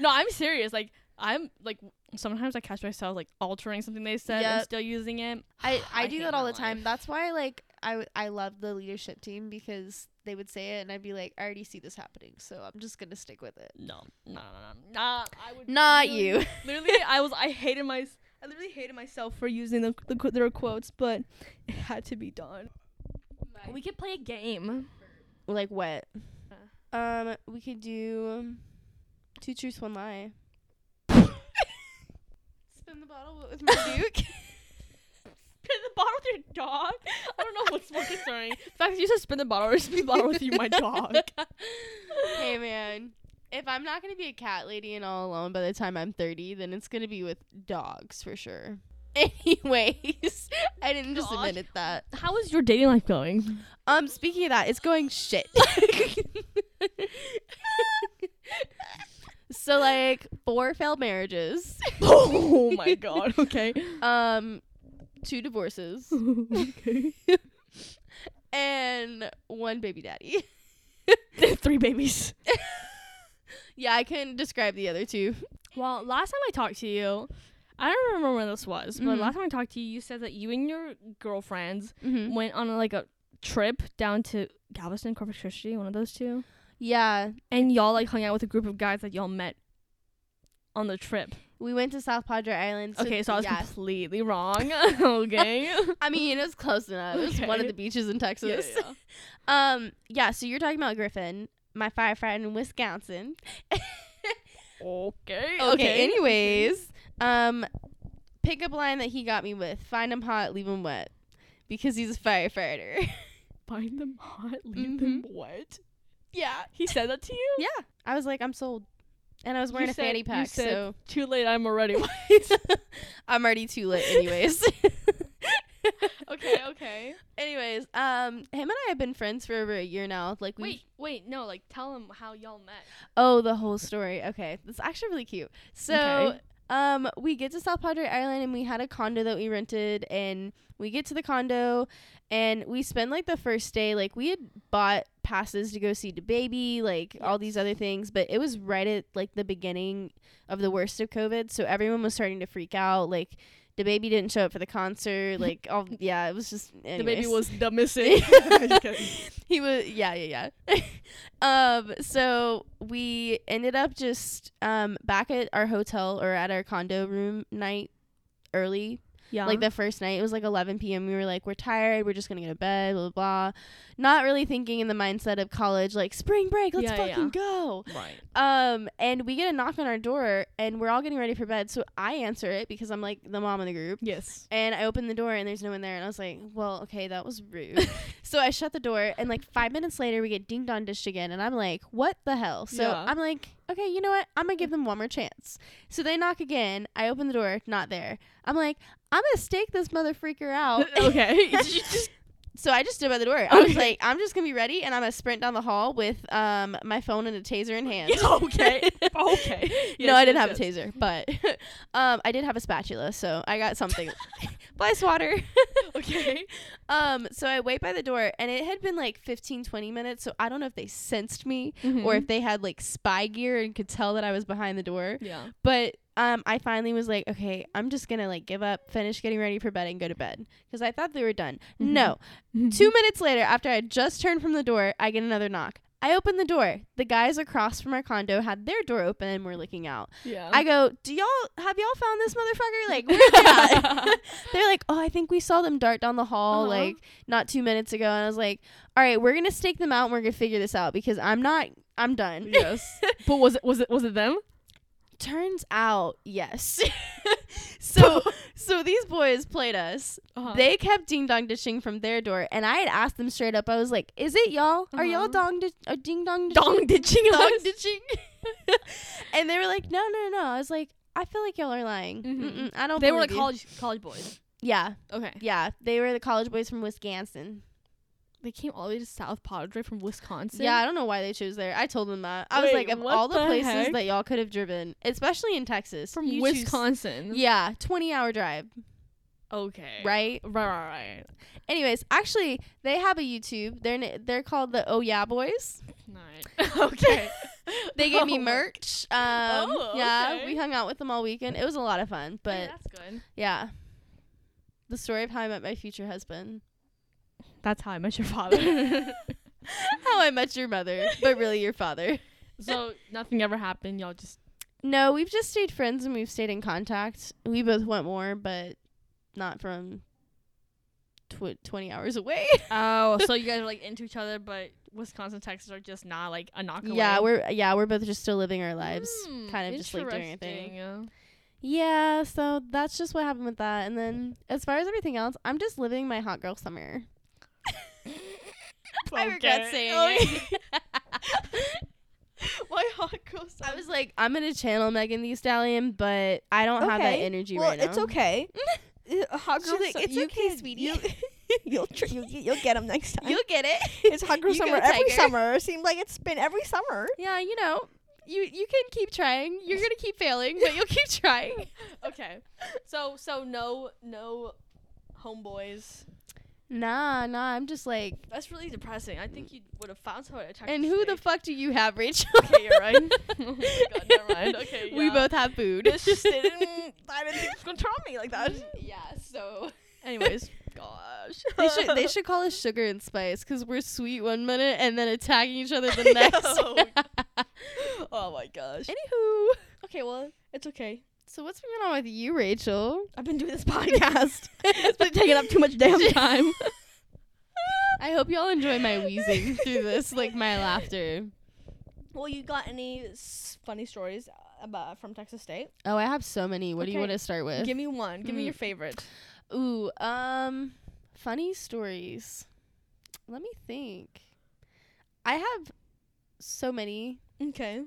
Speaker 1: no, I'm serious. Like I'm like sometimes I catch myself like altering something they said and
Speaker 2: Yep.
Speaker 1: still using it.
Speaker 2: I I do
Speaker 1: hate
Speaker 2: that all
Speaker 1: my
Speaker 2: the time.
Speaker 1: life.
Speaker 2: That's why like I w- I love the leadership team because they would say it and I'd be like, I already see this happening, so I'm just gonna stick with it.
Speaker 1: No, no, no, no, nah. I would
Speaker 2: Not
Speaker 1: literally-
Speaker 2: you.
Speaker 1: literally, I was I hated my I literally hated myself for using the, the qu- their quotes, but it had to be done. We could play a game.
Speaker 2: Like what? Um, we could do um, two truths, one lie. Spin the bottle with Duke.
Speaker 1: dog. I don't know what's more concerning. The fact that you said spin the bottle or spin the bottle with you, my dog.
Speaker 2: hey man, if I'm not gonna be a cat lady and all alone by the time I'm 30, then it's gonna be with dogs for sure. Anyways, I didn't just
Speaker 1: Gosh.
Speaker 2: admit it that.
Speaker 1: How is your dating life going?
Speaker 2: Um, speaking of that, it's going shit. so like four failed marriages.
Speaker 1: oh my god. Okay.
Speaker 2: Um, two divorces
Speaker 1: okay.
Speaker 2: and one baby daddy.
Speaker 1: Three babies.
Speaker 2: Yeah, I couldn't describe the other two.
Speaker 1: Well, last time I talked to you, I don't remember when this was, but
Speaker 2: Mhm.
Speaker 1: last time I talked to you, you said that you and your girlfriends
Speaker 2: Mm-hmm.
Speaker 1: went on like a trip down to Galveston, Corpus Christi, one of those two,
Speaker 2: Yeah,
Speaker 1: and y'all like hung out with a group of guys that y'all met on the trip.
Speaker 2: we went to South Padre Island.
Speaker 1: okay, so I was
Speaker 2: yeah,
Speaker 1: completely wrong. okay.
Speaker 2: I mean, it was close enough. It was one of
Speaker 1: Okay.
Speaker 2: the beaches in Texas.
Speaker 1: Yeah, yeah.
Speaker 2: Um, yeah. So you're talking about Griffin, my firefighter in Wisconsin.
Speaker 1: Okay.
Speaker 2: okay, anyways um pickup line that he got me with find him hot leave him wet because he's a firefighter
Speaker 1: Find them hot, leave
Speaker 2: Mhm.
Speaker 1: them wet.
Speaker 2: yeah
Speaker 1: He said that to you?
Speaker 2: yeah i was like i'm sold and i was
Speaker 1: You
Speaker 2: wearing a
Speaker 1: said-
Speaker 2: fanny
Speaker 1: you
Speaker 2: pack
Speaker 1: said- Too late, I'm already wet.
Speaker 2: so i'm already too lit anyways
Speaker 1: okay, okay.
Speaker 2: anyways um him and i have been friends for over a year now like we
Speaker 1: Wait, wait, no, like tell him how y'all met.
Speaker 2: oh the whole story okay that's actually really cute so
Speaker 1: Okay.
Speaker 2: um we get to south padre island and we had a condo that we rented and we get to the condo and we spend like the first day like we had bought passes to go see the baby like all these other things but it was right at like the beginning of the worst of covid so everyone was starting to freak out like the baby didn't show up for the concert like all yeah it was just
Speaker 1: The baby
Speaker 2: anyways
Speaker 1: was the missing.
Speaker 2: he was yeah yeah yeah um so we ended up just um back at our hotel or at our condo room night early
Speaker 1: yeah.
Speaker 2: like the first night it was like 11 p.m we were like we're tired we're just gonna go to bed blah blah, blah. not really thinking in the mindset of college like spring break let's
Speaker 1: Yeah, yeah,
Speaker 2: fucking
Speaker 1: yeah.
Speaker 2: go
Speaker 1: right.
Speaker 2: um, and we get a knock on our door, and we're all getting ready for bed. So I answer it because I'm like the mom in the group.
Speaker 1: Yes.
Speaker 2: And I open the door, and there's no one there. And I was like, well, okay, that was rude. so I shut the door, and like five minutes later, we get dinged on dished again. And I'm like, what the hell? So
Speaker 1: Yeah.
Speaker 2: I'm like, okay, you know what? I'm going to give them one more chance. So they knock again. I open the door, not there. I'm like, I'm going to stake this motherfreaker out.
Speaker 1: okay. Did you just-
Speaker 2: So I just stood by the door. I was
Speaker 1: Okay.
Speaker 2: like, I'm just gonna be ready, and I'm gonna sprint down the hall with um my phone and a taser in hand.
Speaker 1: Yeah, okay. okay.
Speaker 2: no,
Speaker 1: Yes,
Speaker 2: I
Speaker 1: yes,
Speaker 2: didn't have
Speaker 1: yes.
Speaker 2: a taser, but um, I did have a spatula, so I got something. By swatter.
Speaker 1: Okay.
Speaker 2: Um, so I wait by the door, and it had been like 15, 20 minutes, so I don't know if they sensed me or
Speaker 1: Mm-hmm.
Speaker 2: if they had like spy gear and could tell that I was behind the door.
Speaker 1: yeah.
Speaker 2: But um, I finally was like, okay, I'm just gonna like give up, finish getting ready for bed, and go to bed because I thought they were done.
Speaker 1: Mhm.
Speaker 2: No, Two minutes later, after I had just turned from the door, I get another knock. I open the door. The guys across from our condo had their door open and were looking out.
Speaker 1: Yeah.
Speaker 2: I go, "Do y'all have y'all found this motherfucker? Like, where they at?" They're like, "Oh, I think we saw them dart down the hall
Speaker 1: Uh-huh.
Speaker 2: like not two minutes ago." And I was like, "All right, we're gonna stake them out and we're gonna figure this out because I'm not, I'm done."
Speaker 1: yes. But was it was it was it them?
Speaker 2: Turns out, yes. so, so these boys played us.
Speaker 1: Uh-huh.
Speaker 2: They kept ding dong dishing from their door, and I had asked them straight up. I was like, "Is it y'all? Are y'all
Speaker 1: Uh-huh.
Speaker 2: dong di- uh, ding dong dishing?
Speaker 1: dong ditching
Speaker 2: dong
Speaker 1: us.
Speaker 2: ditching?" and they were like, "No, no, no." I was like, "I feel like y'all are lying.
Speaker 1: Mhm.
Speaker 2: Mm-mm, I don't."
Speaker 1: They were like
Speaker 2: believe
Speaker 1: college
Speaker 2: you."
Speaker 1: college boys.
Speaker 2: Yeah,
Speaker 1: Okay.
Speaker 2: yeah. They were the college boys from Wisconsin.
Speaker 1: They came all the way to South Padre from Wisconsin.
Speaker 2: Yeah, I don't know why they chose there. I told them that. I was
Speaker 1: Wait,
Speaker 2: like, of
Speaker 1: what
Speaker 2: all the,
Speaker 1: the
Speaker 2: places
Speaker 1: heck?
Speaker 2: that y'all could have driven, especially in Texas,
Speaker 1: From
Speaker 2: you choose-
Speaker 1: Wisconsin.
Speaker 2: Yeah, twenty-hour drive,
Speaker 1: Okay.
Speaker 2: right?
Speaker 1: Right, right, right.
Speaker 2: Anyways, actually, they have a YouTube. They're n- they're called the Oh Yeah Boys.
Speaker 1: Night. okay.
Speaker 2: They gave
Speaker 1: Oh
Speaker 2: me
Speaker 1: my-
Speaker 2: merch. Um,
Speaker 1: Oh,
Speaker 2: yeah,
Speaker 1: okay.
Speaker 2: we hung out with them all weekend. It was a lot of fun, but
Speaker 1: Hey, that's good.
Speaker 2: yeah, the story of how I met my future husband,
Speaker 1: That's how I met your father.
Speaker 2: how I met your mother, but really your father.
Speaker 1: so nothing ever happened. Y'all just
Speaker 2: No, we've just stayed friends and we've stayed in contact. We both want more, but not from tw- twenty hours away.
Speaker 1: oh, so you guys are like into each other, but Wisconsin, Texas are just not like a knock away.
Speaker 2: yeah, we're yeah we're both just still living our lives,
Speaker 1: Hmm,
Speaker 2: kind of just like doing our thing.
Speaker 1: interesting.
Speaker 2: Yeah, so that's just what happened with that. And then as far as everything else, I'm just living my hot girl summer.
Speaker 1: I regret
Speaker 2: Oh,
Speaker 1: saying it. Oh, Why hot girl
Speaker 2: I was like, I'm gonna channel Megan Thee Stallion, but I don't have that
Speaker 1: Okay.
Speaker 2: energy
Speaker 3: well,
Speaker 2: right now.
Speaker 3: it's okay. Uh, hot
Speaker 1: She's
Speaker 3: girl
Speaker 1: like,
Speaker 3: sum-
Speaker 1: "It's
Speaker 3: you
Speaker 1: okay,
Speaker 3: can-
Speaker 1: sweetie."
Speaker 3: You, you'll, tr- you, you'll get them next time.
Speaker 2: You'll get it.
Speaker 3: it's hot girl
Speaker 2: you go,
Speaker 3: summer every
Speaker 2: tiger.
Speaker 3: summer. Seems like it's been every summer.
Speaker 2: Yeah, you know, you you can keep trying. You're gonna keep failing, but you'll keep trying.
Speaker 1: okay. So so no no homeboys.
Speaker 2: Nah, nah. I'm just like,
Speaker 1: That's really depressing. I think you would have found someone at Texas
Speaker 2: and who the
Speaker 1: State.
Speaker 2: fuck do you have, Rachel?
Speaker 1: Okay, you're right. Oh my God, never mind. Okay,
Speaker 2: we
Speaker 1: yeah.
Speaker 2: both have food.
Speaker 3: This just didn't. I didn't think it was gonna tell me like that.
Speaker 1: yeah. So anyways, gosh.
Speaker 2: They should they should call us sugar and spice because we're sweet one minute and then attacking each other the next.
Speaker 1: oh my gosh.
Speaker 2: Anywho,
Speaker 1: Okay, well it's okay.
Speaker 2: so what's going on with you, Rachel?
Speaker 3: I've been doing this podcast. it's been taking up too much damn time.
Speaker 2: I hope y'all enjoy my wheezing through this, like my laughter.
Speaker 1: Well, you got any s- funny stories uh, about from Texas State?
Speaker 2: Oh, I have so many. What do you
Speaker 1: Okay.
Speaker 2: want to start with?
Speaker 1: Give me one. Give me
Speaker 2: Mm.
Speaker 1: your favorite.
Speaker 2: Ooh, um, funny stories. Let me think. I have so many.
Speaker 1: Okay.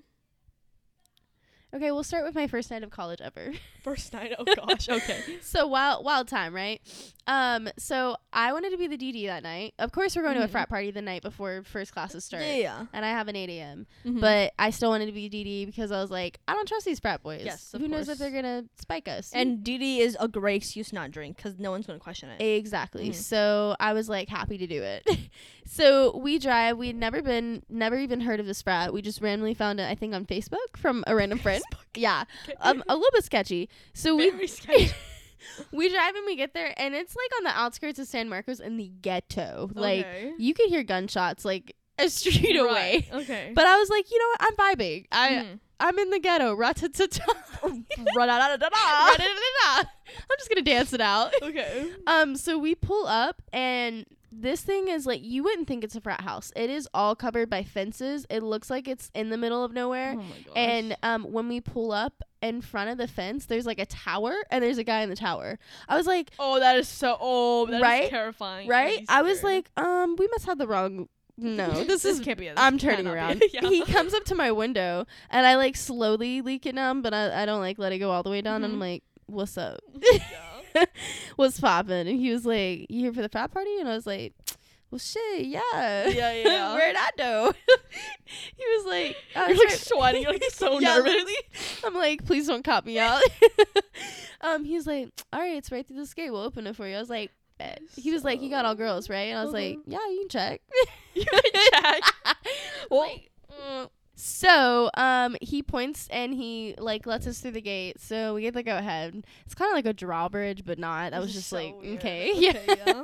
Speaker 2: Okay, we'll start with my first night of college ever.
Speaker 1: First night. Oh gosh. Okay.
Speaker 2: so wild, wild time, right? Um, so I wanted to be the DD that night. Of course, we're going to a
Speaker 1: Mhm.
Speaker 2: frat party the night before first classes start.
Speaker 3: Yeah.
Speaker 2: And I have an 8 a.m.
Speaker 1: Mhm.
Speaker 2: But I still wanted to be DD because I was like, I don't trust these frat boys.
Speaker 1: Yes, of
Speaker 2: Who knows
Speaker 1: course.
Speaker 2: if they're gonna spike us?
Speaker 3: And DD is a great excuse to not drink because no one's gonna question it.
Speaker 2: Exactly.
Speaker 1: Mhm.
Speaker 2: So I was like happy to do it. so we drive. We'd never been, never even heard of this frat. We just randomly found it, I think, on Facebook from a random friend. Yeah, um, a little bit sketchy. So we
Speaker 1: Very sketchy.
Speaker 2: we drive and we get there, and it's like on the outskirts of San Marcos in the ghetto. Like
Speaker 1: Okay.
Speaker 2: you could hear gunshots like a street away.
Speaker 1: Right, Okay.
Speaker 2: But I was like, you know what? I'm vibing. I
Speaker 1: Mhm.
Speaker 2: I'm in the ghetto.
Speaker 1: Oh,
Speaker 2: Ra-ta-ta-ta.
Speaker 3: Run out of
Speaker 2: Ra-da-da-da. I'm just gonna dance it out.
Speaker 1: okay.
Speaker 2: Um, so we pull up and this thing is like you wouldn't think it's a frat house. It is all covered by fences. It looks like it's in the middle of nowhere.
Speaker 1: Oh my gosh.
Speaker 2: And um, when we pull up in front of the fence, there's like a tower and there's a guy in the tower. I was like,
Speaker 1: oh, that is so. Oh, that is
Speaker 2: Right?
Speaker 1: terrifying. I'd
Speaker 2: right?
Speaker 1: be
Speaker 2: I was
Speaker 1: scared.
Speaker 2: like, um, we must have the wrong. No, this is
Speaker 1: can't be. it. This
Speaker 2: I'm turning
Speaker 1: cannot
Speaker 2: around.
Speaker 1: be it. Yeah.
Speaker 2: He comes up to my window and I like slowly leak it down, but I, I don't like let it go all the way down. I'm
Speaker 1: Mhm.
Speaker 2: like, what's up?
Speaker 1: Yeah.
Speaker 2: What's poppin'? And he was like, You here for the frat party? And I was like, Well shit, yeah.
Speaker 1: Yeah, yeah.
Speaker 2: Where'd I know? he was like, "Oh,
Speaker 1: You're
Speaker 2: it's
Speaker 1: like
Speaker 2: right."
Speaker 1: sweating. You're like so
Speaker 2: Yeah,
Speaker 1: nervous.
Speaker 2: literally. I'm like, please don't cop me out. um, he was like, All right, it's right through this gate, we'll open it for you. I was like, Bet. He was like, You got all girls, right? And I was like,
Speaker 1: Mhm.
Speaker 2: Yeah, you can check.
Speaker 1: You can check. Well, Mm.
Speaker 2: So, um, he points and he like lets us through the gate. So we get the go ahead. It's kind of like a drawbridge, but not.
Speaker 1: this
Speaker 2: I was
Speaker 1: is
Speaker 2: just
Speaker 1: so
Speaker 2: like,
Speaker 1: weird.
Speaker 2: okay,
Speaker 1: Okay,
Speaker 2: yeah.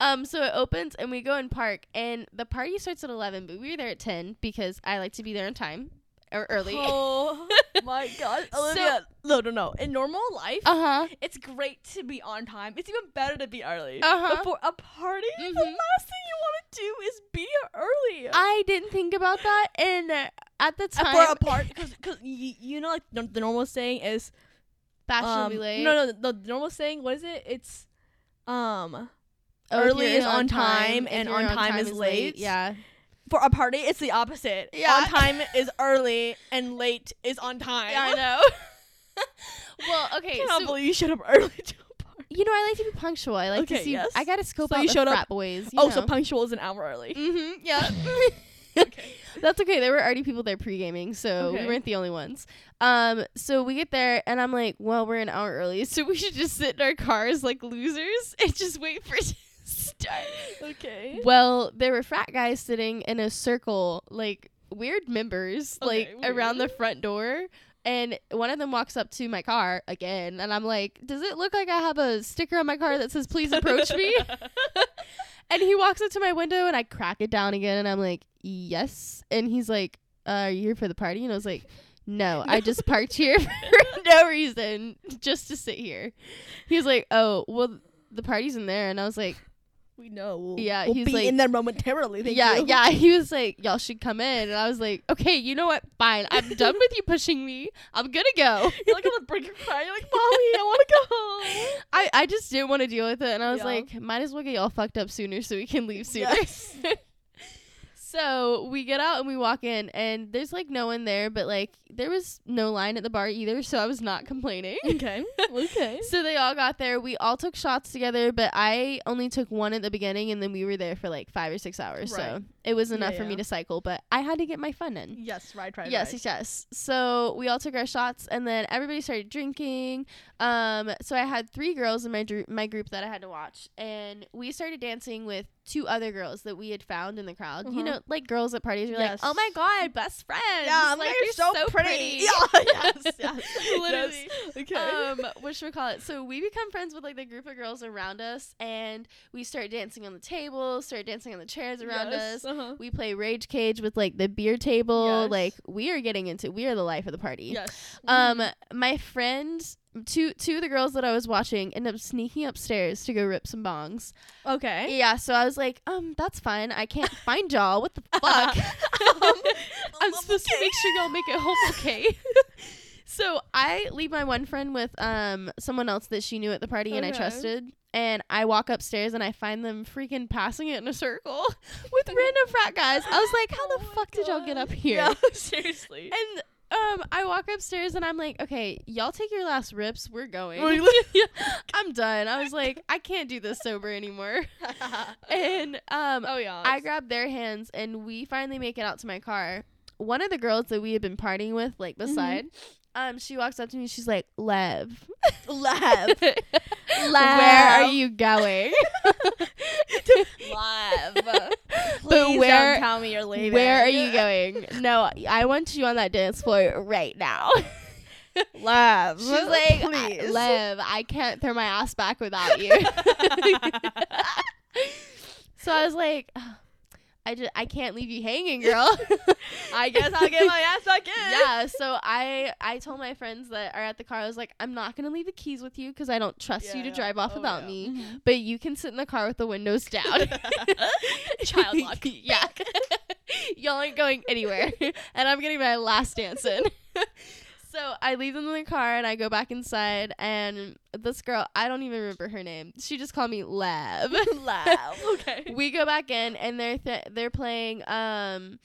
Speaker 2: um, so it opens and we go and park, and the party starts at eleven, but we were there at ten because I like to be there on time or early.
Speaker 1: Oh my gosh,
Speaker 2: So-
Speaker 1: Olivia. no, no, no. In normal life,
Speaker 2: Uh huh.
Speaker 1: it's great to be on time. It's even better to be early.
Speaker 2: Uh-huh.
Speaker 1: But for a party, the
Speaker 2: Mhm.
Speaker 1: last thing you want to do is be early.
Speaker 2: I didn't think about that, and uh, at the
Speaker 3: Uh,
Speaker 2: time,
Speaker 3: For a part, because you, you know, like the, the normal saying is,
Speaker 2: fashionably
Speaker 3: um,
Speaker 2: late.
Speaker 1: no, no, no. The normal saying, what is it? It's, um,
Speaker 2: Oh, if
Speaker 3: early
Speaker 2: you're
Speaker 3: is on time
Speaker 2: if
Speaker 3: and
Speaker 2: you're
Speaker 3: on time is late.
Speaker 2: Yeah.
Speaker 3: for a party, it's the opposite.
Speaker 2: Yeah.
Speaker 3: On time is early and late is on time.
Speaker 2: Yeah, I know. well, okay.
Speaker 3: cannot
Speaker 2: so-
Speaker 3: believe you showed up early to a party.
Speaker 2: You know, I like to be punctual. I like to
Speaker 1: Okay,
Speaker 2: see.
Speaker 1: yes.
Speaker 2: I gotta scope
Speaker 3: So
Speaker 2: out
Speaker 3: you
Speaker 2: the
Speaker 3: showed up-
Speaker 2: frat boys. You
Speaker 3: Oh, so
Speaker 2: know. Mm-hmm,
Speaker 3: punctual is an hour early.
Speaker 1: Mm,
Speaker 2: Mhm, Yeah.
Speaker 1: okay.
Speaker 2: That's okay. There were already people there pre gaming, so we
Speaker 1: Okay.
Speaker 2: weren't the only ones. Um, so we get there, and I'm like, well, we're an hour early, so we should just sit in our cars like losers and just wait for it to start.
Speaker 1: Okay.
Speaker 2: Well, there were frat guys sitting in a circle, like weird members,
Speaker 1: Okay,
Speaker 2: like around the front door. And one of them walks up to my car again, and I'm like, "Does it look like I have a sticker on my car that says please approach me?" and he walks up to my window, and I crack it down again, and I'm like, "Yes." And he's like, uh, "Are you here for the party?" And I was like, "No, I just parked here for no reason, just to sit here." He was like, "Oh, well, the party's in there," and I was like,
Speaker 1: We know. We'll,
Speaker 2: Yeah,
Speaker 1: we'll
Speaker 2: he's
Speaker 1: be
Speaker 2: like-
Speaker 1: in there momentarily. Thank
Speaker 2: yeah,
Speaker 1: you.
Speaker 2: yeah. He was like, "Y'all should come in," and I was like, "Okay, you know what? Fine. I'm done with you pushing me. I'm gonna go."
Speaker 1: You're like on the brink of crying. You're like, mommy, I want to go home.
Speaker 2: I I just didn't want to deal with it, and I was
Speaker 1: Yeah.
Speaker 2: like, "Might as well get y'all fucked up sooner so we can leave sooner."
Speaker 1: Yes.
Speaker 2: So we get out and we walk in, and there's like no one there, but like there was no line at the bar either, so I was not complaining.
Speaker 1: okay. Okay.
Speaker 2: so they all got there. We all took shots together, but I only took one at the beginning, and then we were there for like five or six hours.
Speaker 1: Right.
Speaker 2: So it was
Speaker 1: Yeah,
Speaker 2: enough for
Speaker 1: yeah.
Speaker 2: me to cycle, but I had to get my fun in.
Speaker 1: Yes. Right. Right.
Speaker 2: yes, yes, yes. So we all took our shots, and then everybody started drinking. Um, so I had three girls in my dru- my group that I had to watch, and we started dancing with two other girls that we had found in the crowd.
Speaker 1: Uh-huh.
Speaker 2: You know, like girls at parties, you're
Speaker 1: Yes.
Speaker 2: like, "Oh my god, best friends!
Speaker 1: Yeah.
Speaker 2: like
Speaker 1: you're, so, pretty. Yeah. Yes. Yes.
Speaker 2: Literally.
Speaker 1: Yes. Okay.
Speaker 2: Um, what should we call it? So we become friends with like the group of girls around us, and we start dancing on the tables, start dancing on the chairs around us.
Speaker 1: Uh-huh.
Speaker 2: We play Rage Cage with like the beer table.
Speaker 1: Yes.
Speaker 2: Like we are getting into we are the life of the party.
Speaker 1: Yes. Mm-hmm.
Speaker 2: Um my friend two two of the girls that I was watching end up sneaking upstairs to go rip some bongs.
Speaker 1: Okay.
Speaker 2: Yeah, so I was like, um, that's fun. I can't find y'all. What the fuck?
Speaker 1: um,
Speaker 2: I'm supposed to make sure y'all make it home okay. so I leave my one friend with um someone else that she knew at the party and I
Speaker 1: Okay.
Speaker 2: trusted. And I walk upstairs and I find them freaking passing it in a circle with random frat guys. I was like, how
Speaker 1: Oh
Speaker 2: the
Speaker 1: my
Speaker 2: fuck did y'all get
Speaker 1: God.
Speaker 2: up here?
Speaker 1: Yeah. Seriously.
Speaker 2: And um, I walk upstairs and I'm like, okay, y'all take your last rips. We're going.
Speaker 1: yeah.
Speaker 2: I'm done. I was like, I can't do this sober anymore. And um,
Speaker 1: oh yeah.
Speaker 2: I grabbed their hands and we finally make it out to my car. One of the girls that we had been partying with, like
Speaker 1: Mm-hmm.
Speaker 2: beside, um, she walks up to me. She's like, "Lev,
Speaker 1: Laugh.
Speaker 2: where are
Speaker 1: Lev.
Speaker 2: you going?
Speaker 1: Live.
Speaker 2: Please where- don't
Speaker 1: tell me you're leaving.
Speaker 2: where are you going? No, I want you on that dance floor right now."
Speaker 1: Live.
Speaker 2: She's like,
Speaker 3: uh,
Speaker 2: "I-
Speaker 1: please.
Speaker 2: Lev, I can't throw my ass back without you. so I was like, "Ugh, I just I can't leave you hanging, girl.
Speaker 1: I guess I'll get my ass back in.
Speaker 2: yeah. So I I told my friends that are at the car. I was like, I'm not gonna leave the keys with you because I don't trust you to
Speaker 1: Yeah,
Speaker 2: drive off
Speaker 1: oh,
Speaker 2: without
Speaker 1: yeah.
Speaker 2: me. But you can sit in the car with the windows down.
Speaker 1: Child lock.
Speaker 2: yeah. Y'all ain't going anywhere. and I'm getting my last dance in. so I leave them in the car and I go back inside and this girl, I don't even remember her name. She just called me Lev.
Speaker 1: Laugh. Okay.
Speaker 2: we go back in and they're th- they're playing um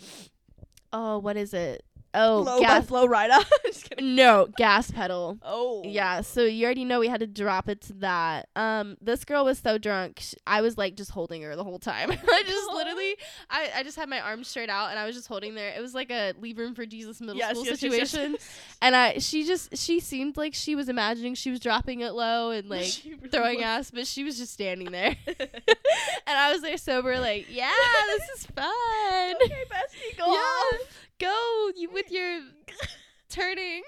Speaker 2: oh, what is it? Oh,
Speaker 1: low
Speaker 2: gas
Speaker 1: by flow right up. Just kidding.
Speaker 2: No, gas pedal.
Speaker 1: Oh.
Speaker 2: Yeah, so you already know we had to drop it to that. Um, this girl was so drunk, sh- I was like just holding her the whole time. I just
Speaker 1: Aw.
Speaker 2: literally, I, I just had my arms straight out and I was just holding there. It was like a leave room for Jesus middle
Speaker 1: Yes,
Speaker 2: school
Speaker 1: yes, yes, yes,
Speaker 2: situation. And I, she just, she seemed like she was imagining she was dropping it low and like
Speaker 1: She really
Speaker 2: throwing
Speaker 1: was.
Speaker 2: ass, but she was just standing there. and I was there sober, like, yeah, this is fun.
Speaker 1: Okay, bestie, go
Speaker 2: Yeah.
Speaker 1: off.
Speaker 2: Go you with your turning.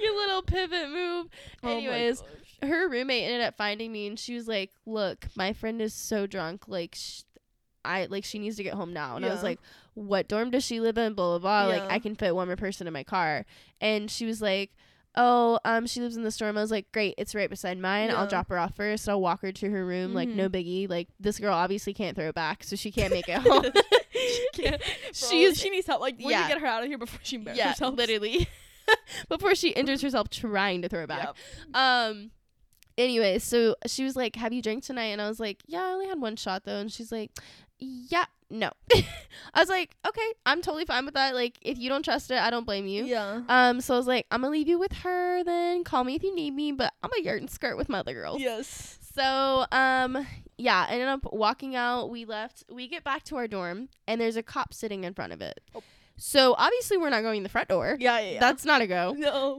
Speaker 2: your little pivot move.
Speaker 1: Oh my
Speaker 2: Anyways,
Speaker 1: gosh.
Speaker 2: her roommate ended up finding me and she was like, "Look, my friend is so drunk. Like sh- I like she needs to get home now." And I was
Speaker 1: Yeah.
Speaker 2: like, "What dorm does she live in?" blah blah blah.
Speaker 1: Yeah.
Speaker 2: Like I can fit one more person in my car. And she was like, "Oh, um she lives in this dorm." I was like, "Great, it's right beside mine. I'll
Speaker 1: Yeah.
Speaker 2: drop her off first. I'll walk her to her room. Like
Speaker 1: Mhm.
Speaker 2: no biggie. Like this girl obviously can't throw it back, so she can't make it home."
Speaker 1: she can't.
Speaker 2: She's-
Speaker 1: She's, she needs help. Like, we
Speaker 2: Yeah.
Speaker 1: need to get her out of here before she embarrasses
Speaker 2: yeah,
Speaker 1: herself.
Speaker 2: literally. Before she injures herself trying to throw it back.
Speaker 1: Yep.
Speaker 2: Um. Anyway, so she was like, "Have you drank tonight?" And I was like, "Yeah, I only had one shot though." And she's like, "Yeah, no." I was like, "Okay, I'm totally fine with that. Like, if you don't trust it, I don't blame you."
Speaker 1: Yeah.
Speaker 2: Um. So I was like, "I'm gonna leave you with her. Then call me if you need me, but I'm a yard and skirt with my other girls."
Speaker 1: Yes.
Speaker 2: So, um, yeah, I ended up walking out. We left. We get back to our dorm, and there's a cop sitting in front of it.
Speaker 1: Oh.
Speaker 2: So obviously, we're not going in the front door.
Speaker 1: Yeah, yeah, yeah.
Speaker 2: That's not a go.
Speaker 1: no.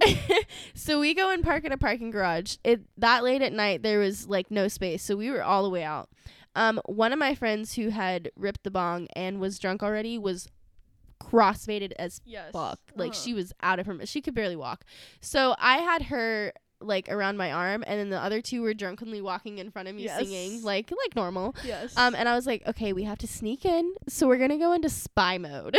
Speaker 2: so we go and park at a parking garage. It that late at night there was like no space, so we were all the way out. Um, one of my friends who had ripped the bong and was drunk already was crossfaded as
Speaker 1: yes.
Speaker 2: fuck. Like
Speaker 1: Uh-huh.
Speaker 2: she was out of her. mi- She could barely walk. So I had her like around my arm, and then the other two were drunkenly walking in front of me,
Speaker 1: Yes.
Speaker 2: singing like like normal.
Speaker 1: Yes.
Speaker 2: Um, and I was like, okay, we have to sneak in, so we're gonna go into spy mode.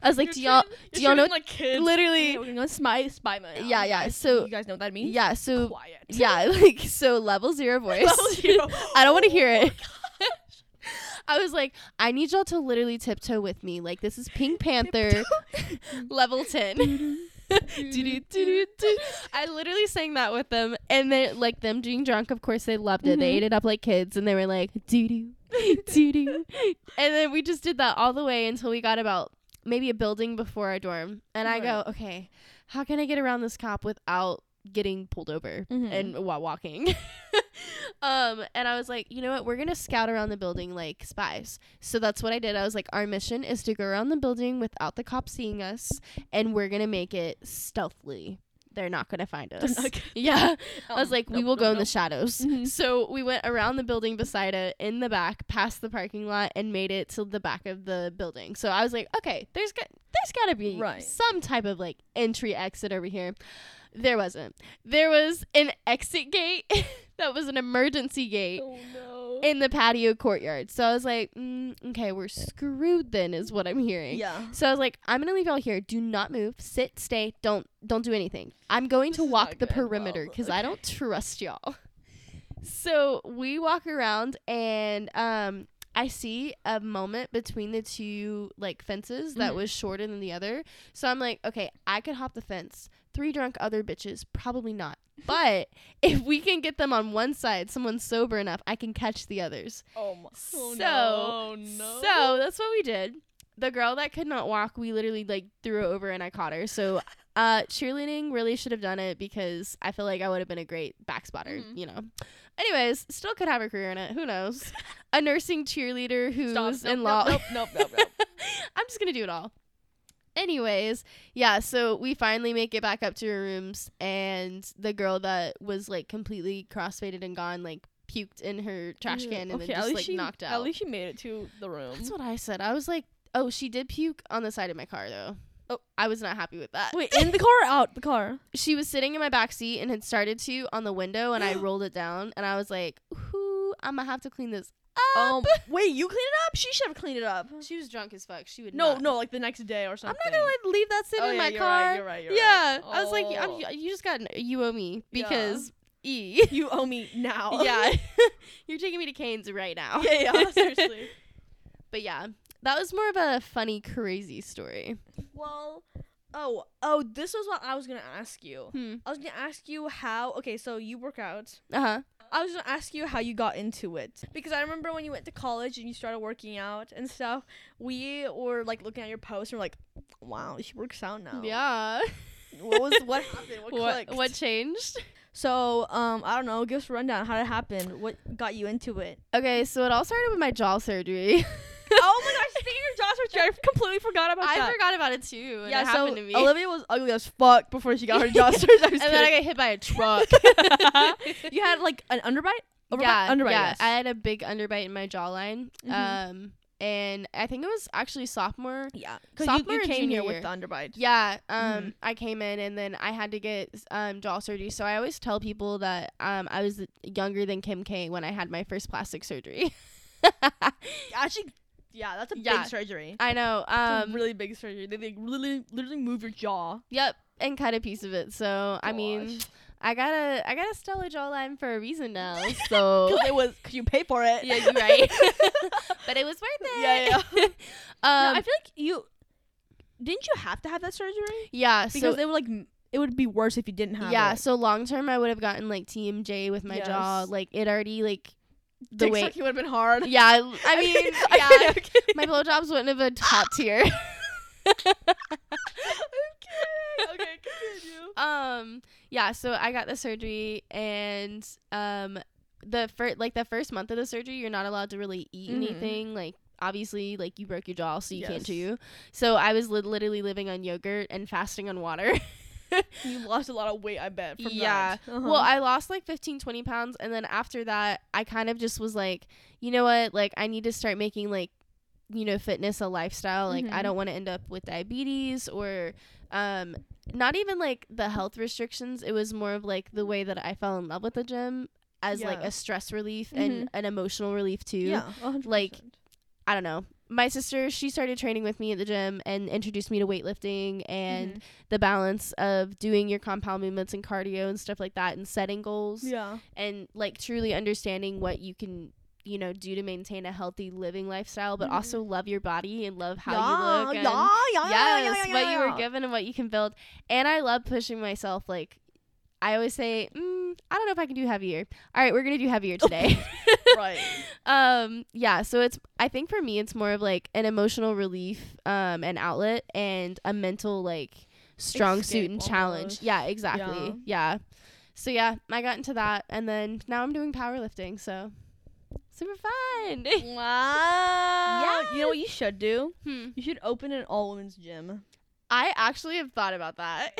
Speaker 2: I was like,
Speaker 1: You're
Speaker 2: do y'all,
Speaker 1: treating-
Speaker 2: do
Speaker 1: you're
Speaker 2: y'all know?
Speaker 1: treating like kids.
Speaker 2: literally,
Speaker 1: Okay, we're going spy spy mode. now.
Speaker 2: Yeah, yeah,
Speaker 1: Guys,
Speaker 2: so-
Speaker 1: you guys know what that means.
Speaker 2: yeah. So
Speaker 1: Quiet.
Speaker 2: yeah, like so level zero voice.
Speaker 1: Level zero. Oh
Speaker 2: I don't want to hear it. I was like, I need y'all to literally tiptoe with me. Like this is Pink Panther, level ten. Do-do-do-do-do. I literally sang that with them, and they like them being drunk. Of course, they loved it. They
Speaker 1: Mhm.
Speaker 2: ate it up like kids, and they were like, doo doo, doo doo, and then we just did that all the way until we got about maybe a building before our dorm. And I go, okay, how can I get around this cop without getting pulled over
Speaker 1: Mhm.
Speaker 2: and while walking? um, and I was like, you know what? We're gonna scout around the building like spies. So that's what I did. I was like, our mission is to go around the building without the cops seeing us, and we're gonna make it stealthily. They're not gonna find us.
Speaker 1: not gonna-
Speaker 2: yeah. I was
Speaker 1: Um,
Speaker 2: like, we
Speaker 1: nope,
Speaker 2: will
Speaker 1: nope,
Speaker 2: go in the
Speaker 1: nope.
Speaker 2: shadows.
Speaker 1: Mhm.
Speaker 2: So we went around the building beside it, in the back, past the parking lot, and made it to the back of the building. So I was like, okay, there's got there's gotta be
Speaker 1: Right.
Speaker 2: some type of like entry exit over here. There wasn't. There was an exit gate that was an emergency gate
Speaker 1: Oh no.
Speaker 2: in the patio courtyard. So I was like, mm, okay, we're screwed then, is what I'm hearing.
Speaker 1: yeah.
Speaker 2: So I was like, I'm gonna leave y'all here. Do not move. Sit, stay. Don't don't do anything. I'm going to
Speaker 1: This is
Speaker 2: walk
Speaker 1: not
Speaker 2: the
Speaker 1: good.
Speaker 2: perimeter
Speaker 1: Well,
Speaker 2: because I don't trust y'all. So we walk around and um I see a moment between the two like fences that
Speaker 1: Mhm.
Speaker 2: was shorter than the other. So I'm like, okay, I could hop the fence. Three drunk other bitches, probably not. But if we can get them on one side, someone sober enough, I can catch the others.
Speaker 1: Oh, my.
Speaker 2: So-
Speaker 1: no.
Speaker 2: So that's what we did. The girl that could not walk, we literally like threw her over and I caught her. So uh cheerleading really should have done it because I feel like I would have been a great back spotter,
Speaker 1: Mhm.
Speaker 2: you know. Anyways, still could have a career in it. Who knows? a nursing cheerleader who's
Speaker 1: Stop. Nope,
Speaker 2: in law.
Speaker 1: Nope, nope, nope, nope.
Speaker 2: I'm just gonna do it all. Anyways, yeah, so we finally make it back up to our rooms and the girl that was like completely crossfaded and gone like puked in her trash
Speaker 1: Ew.
Speaker 2: can and
Speaker 1: Okay, at
Speaker 2: then just
Speaker 1: least
Speaker 2: like
Speaker 1: she-
Speaker 2: knocked out.
Speaker 1: At least she made it to the room.
Speaker 2: That's what I said. I was like, oh, she did puke on the side of my car though. Oh, I was not happy with that.
Speaker 1: Wait, in the car or out the car?
Speaker 2: she was sitting in my back seat and had started to on the window, and I rolled it down, and I was like, "Ooh, I'm gonna have to clean this up."
Speaker 1: Um, wait, you clean it up? She should have cleaned it up.
Speaker 2: she was drunk as fuck. She would
Speaker 1: No,
Speaker 2: not-
Speaker 1: no, like the next day or
Speaker 2: I'm
Speaker 1: something.
Speaker 2: not gonna like, leave that sitting
Speaker 1: Oh,
Speaker 2: in
Speaker 1: yeah,
Speaker 2: my
Speaker 1: you're
Speaker 2: car.
Speaker 1: right, you're right, you're
Speaker 2: yeah,
Speaker 1: right.
Speaker 2: I was like,
Speaker 1: Oh.
Speaker 2: I'm, you just got you owe me
Speaker 1: Yeah.
Speaker 2: because e.
Speaker 1: You owe me now.
Speaker 2: yeah, you're taking me to Canes right now.
Speaker 1: yeah, yeah. Seriously.
Speaker 2: but yeah, that was more of a funny, crazy story.
Speaker 1: well, oh, oh, this was what I was gonna ask you.
Speaker 2: Hmm.
Speaker 1: I was gonna ask you how. Okay, so you work out.
Speaker 2: Uh huh.
Speaker 1: I was gonna ask you how you got into it because I remember when you went to college and you started working out and stuff. We were like looking at your posts and we're like, "Wow, she works out now."
Speaker 2: Yeah.
Speaker 1: What was what happened? What,
Speaker 2: what,
Speaker 1: clicked?
Speaker 2: what changed?
Speaker 1: So, um, I don't know. Give us a rundown. How did it happen? What got you into it?
Speaker 2: Okay, so it all started with my jaw surgery.
Speaker 1: oh my gosh, speaking of jaw surgery, I completely forgot about
Speaker 2: I
Speaker 1: that.
Speaker 2: forgot about it too. When
Speaker 1: yeah,
Speaker 2: it
Speaker 1: so
Speaker 2: happened to me.
Speaker 1: Olivia was ugly as fuck before she got her jaw surgery. I'm
Speaker 2: and
Speaker 1: just
Speaker 2: then I
Speaker 1: kidding.
Speaker 2: got hit by a truck.
Speaker 1: you had like an underbite. Overbite?
Speaker 2: yeah,
Speaker 1: underbite.
Speaker 2: yeah.
Speaker 1: yes.
Speaker 2: I had a big underbite in my jawline.
Speaker 1: Mhm.
Speaker 2: Um, and I think it was actually sophomore
Speaker 1: yeah.
Speaker 2: 'cause you-
Speaker 1: Because
Speaker 2: you
Speaker 1: you,
Speaker 2: came
Speaker 1: came
Speaker 2: here
Speaker 1: here
Speaker 2: year.
Speaker 1: with the underbite.
Speaker 2: Yeah, um, I came in and then I had to get um, jaw surgery. So I always tell people that um, I was younger than Kim K when I had my first plastic surgery.
Speaker 1: Actually, yeah, that's a
Speaker 2: Yeah.
Speaker 1: big surgery.
Speaker 2: I know.
Speaker 1: It's
Speaker 2: Um,
Speaker 1: a really big surgery. They, they really literally move your jaw.
Speaker 2: yep, and cut a piece of it. So I mean,
Speaker 1: Gosh.
Speaker 2: I got a I got a stellar jawline for a reason now. So
Speaker 1: 'Cause it was because you pay for it.
Speaker 2: yeah, you're right. but it was worth it.
Speaker 1: Yeah,
Speaker 2: yeah.
Speaker 1: No,
Speaker 2: um,
Speaker 1: I feel like you didn't you have to have that surgery
Speaker 2: yeah.
Speaker 1: because
Speaker 2: So
Speaker 1: they were like m- it would be worse if you didn't have
Speaker 2: yeah.
Speaker 1: it.
Speaker 2: So long term, I would have gotten like TMJ with my jaw.
Speaker 1: Yes.
Speaker 2: Like it already like the
Speaker 1: Dick
Speaker 2: way.
Speaker 1: sucking would have been hard.
Speaker 2: Yeah, I- I mean, yeah, my blowjobs wouldn't have been top tier.
Speaker 1: I'm kidding. Okay, continue.
Speaker 2: um, yeah. So I got the surgery, and um, the first like the first month of the surgery, you're not allowed to really eat
Speaker 1: Mhm.
Speaker 2: anything. Like obviously, like you broke your jaw, so you
Speaker 1: Yes.
Speaker 2: can't chew. So I was lit literally living on yogurt and fasting on water.
Speaker 1: You lost a lot of weight, I bet. From
Speaker 2: Yeah.
Speaker 1: That. Uh-huh.
Speaker 2: Well, I lost like 15, 20 pounds. And then after that, I kind of just was like, you know what? Like, I need to start making like, you know, fitness a lifestyle. Like, I
Speaker 1: Mhm.
Speaker 2: don't want to end up with diabetes or, um, not even like the health restrictions. It was more of like the way that I fell in love with the gym as like
Speaker 1: Yeah. Mm-hmm.
Speaker 2: a stress relief and an emotional relief too.
Speaker 1: yeah, 100%.
Speaker 2: like, I don't know. my sister, she started training with me at the gym and introduced me to weightlifting and
Speaker 1: Mm-hmm.
Speaker 2: the balance of doing your compound movements and cardio and stuff like that and setting goals
Speaker 1: Yeah.
Speaker 2: and like truly understanding what you can you know do to maintain a healthy living lifestyle but
Speaker 1: Mhm.
Speaker 2: also love your body and love how
Speaker 3: yeah,
Speaker 2: you look and
Speaker 3: yeah, yeah, Oh, yeah, yeah,
Speaker 2: yes
Speaker 3: yeah,
Speaker 2: what you
Speaker 3: yeah.
Speaker 2: were given and what you can build and i love pushing myself like i always say mm, i don't know if i can do heavier all right we're gonna do heavier today
Speaker 1: right.
Speaker 2: um yeah so it's i think for me it's more of like an emotional relief um an outlet and a mental like strong suit
Speaker 1: Escape
Speaker 2: and challenge
Speaker 1: almost.
Speaker 2: yeah exactly yeah. so yeah i got into that and then now i'm doing powerlifting so super fun
Speaker 1: Wow. You know what you should do?
Speaker 2: Hmm.
Speaker 1: You should open an all women's gym.
Speaker 2: i actually have thought about that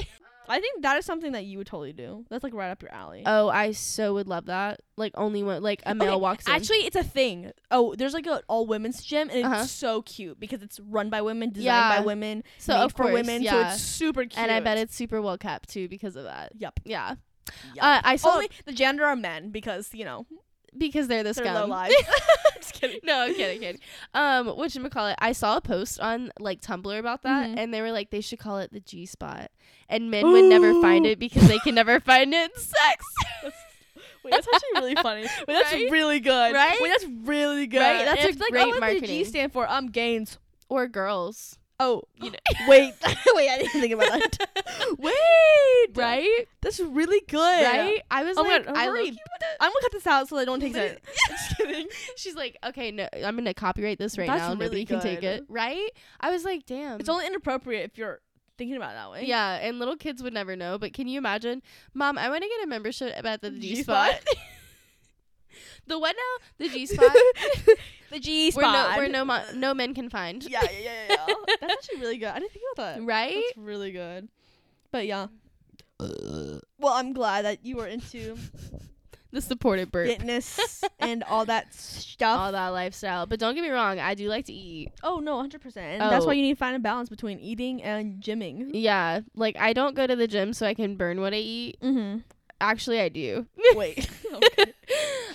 Speaker 1: I think that is something that you would totally do. That's like right up your alley.
Speaker 2: oh i so would love that like only when like a male
Speaker 1: Okay,
Speaker 2: walks in
Speaker 1: Actually, it's a thing. Oh, there's like an all women's gym, and it's
Speaker 2: Uh-huh.
Speaker 1: so cute because it's run by women, designed
Speaker 2: Yeah.
Speaker 1: by women,
Speaker 2: so
Speaker 1: made
Speaker 2: of course
Speaker 1: for women.
Speaker 2: yeah
Speaker 1: So it's super cute.
Speaker 2: and i bet it's super well kept too because of that
Speaker 1: Yep.
Speaker 2: yeah
Speaker 1: Yep.
Speaker 2: uh, i saw
Speaker 1: Only the gender are men because you know
Speaker 2: because they're the
Speaker 1: they're
Speaker 2: scum.
Speaker 1: low lives. Just kidding.
Speaker 2: no, I'm kidding, kidding. Um, what you call it? I saw a post on like Tumblr about that,
Speaker 1: Mhm.
Speaker 2: and they were like, they should call it the G spot, and men would never find
Speaker 1: Ooh.
Speaker 2: it because they can never find it in sex.
Speaker 1: Wait, that's actually really funny. Wait, that's
Speaker 2: Right?
Speaker 1: really good.
Speaker 2: Right?
Speaker 1: Wait, that's really good.
Speaker 2: Right? That's
Speaker 1: And
Speaker 2: a
Speaker 1: it's like,
Speaker 2: great
Speaker 1: oh, what did G
Speaker 2: marketing.
Speaker 1: stand for? Um, gains.
Speaker 2: or girls,
Speaker 1: Oh,
Speaker 2: you know,
Speaker 3: Wait, wait, I didn't think about that.
Speaker 1: wait.
Speaker 2: right?
Speaker 1: That's really good.
Speaker 2: Right? I was
Speaker 1: Oh my
Speaker 2: like,
Speaker 1: god,
Speaker 2: I
Speaker 1: hurry.
Speaker 2: low-key
Speaker 1: I'm gonna cut this out so that no one takes
Speaker 2: wanna-
Speaker 1: it. Just kidding.
Speaker 2: She's like, okay, no, I'm gonna copyright this right
Speaker 1: That's
Speaker 2: now. Nobody
Speaker 1: really
Speaker 2: can take
Speaker 1: good.
Speaker 2: it, right? I was like, damn.
Speaker 1: It's only inappropriate if you're thinking about it that way.
Speaker 2: yeah, and little kids would never know. But can you imagine, Mom? I want to get a membership about the G
Speaker 1: G-spot.
Speaker 2: spot. the what now? The G spot.
Speaker 1: the G
Speaker 2: where no
Speaker 1: spot.
Speaker 2: where no mo- no men can find.
Speaker 1: Yeah, yeah, yeah, yeah. yeah. That's actually really good. I didn't think about that.
Speaker 2: Right?
Speaker 1: That's really good. But yeah. Well, I'm glad that you were into
Speaker 2: The supported burp.
Speaker 1: fitness and all that stuff.
Speaker 2: All that lifestyle. But don't get me wrong, I do like to eat.
Speaker 1: Oh no, hundred percent. That's why
Speaker 2: Oh.
Speaker 1: you need to find a balance between eating and gymming.
Speaker 2: Yeah. Like I don't go to the gym so I can burn what I eat.
Speaker 1: Mm-hmm.
Speaker 2: Actually I do.
Speaker 1: Wait.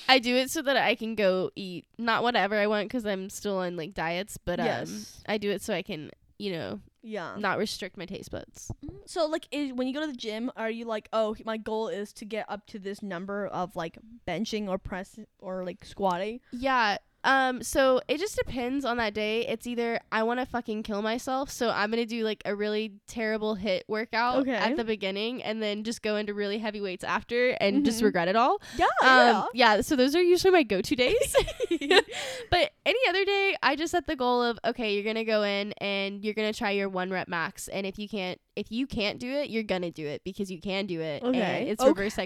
Speaker 2: I do it so that I can go eat not whatever I want cuz I'm still on like diets, but um
Speaker 1: Yes.
Speaker 2: I do it so I can, you know,
Speaker 1: Yeah.
Speaker 2: not restrict my taste buds.
Speaker 1: So like, is, when you go to the gym, are you like, oh, my goal is to get up to this number of like benching or press or like squatting?
Speaker 2: Yeah. Um, so it just depends on that day. It's either I want to fucking kill myself, so I'm gonna do like a really terrible hit workout
Speaker 1: Okay.
Speaker 2: at the beginning, and then just go into really heavy weights after, and just
Speaker 1: Mhm.
Speaker 2: regret it all.
Speaker 1: Yeah.
Speaker 2: Um, yeah. So those are usually my go-to days. but any other day, I just set the goal of okay, you're gonna go in and you're gonna try your one rep max, and if you can't, if you can't do it, you're gonna do it because you can do it. and
Speaker 1: Okay.
Speaker 2: it's reverse
Speaker 1: Okay.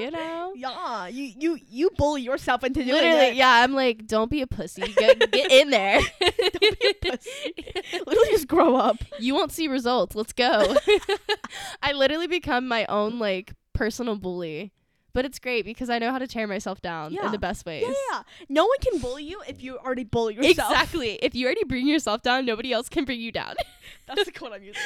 Speaker 2: you know.
Speaker 1: Yeah, you you you bully yourself into doing
Speaker 2: Literally,
Speaker 1: it.
Speaker 2: yeah. I'm like, don't be a pussy. Go, get in there. don't be a
Speaker 1: Literally, just grow up.
Speaker 2: you won't see results. Let's go. I literally become my own like personal bully, but it's great because I know how to tear myself down
Speaker 1: Yeah.
Speaker 2: in the best ways.
Speaker 1: Yeah, yeah. No one can bully you if you already bully yourself.
Speaker 2: Exactly. If you already bring yourself down, nobody else can bring you down.
Speaker 1: That's the quote I'm using.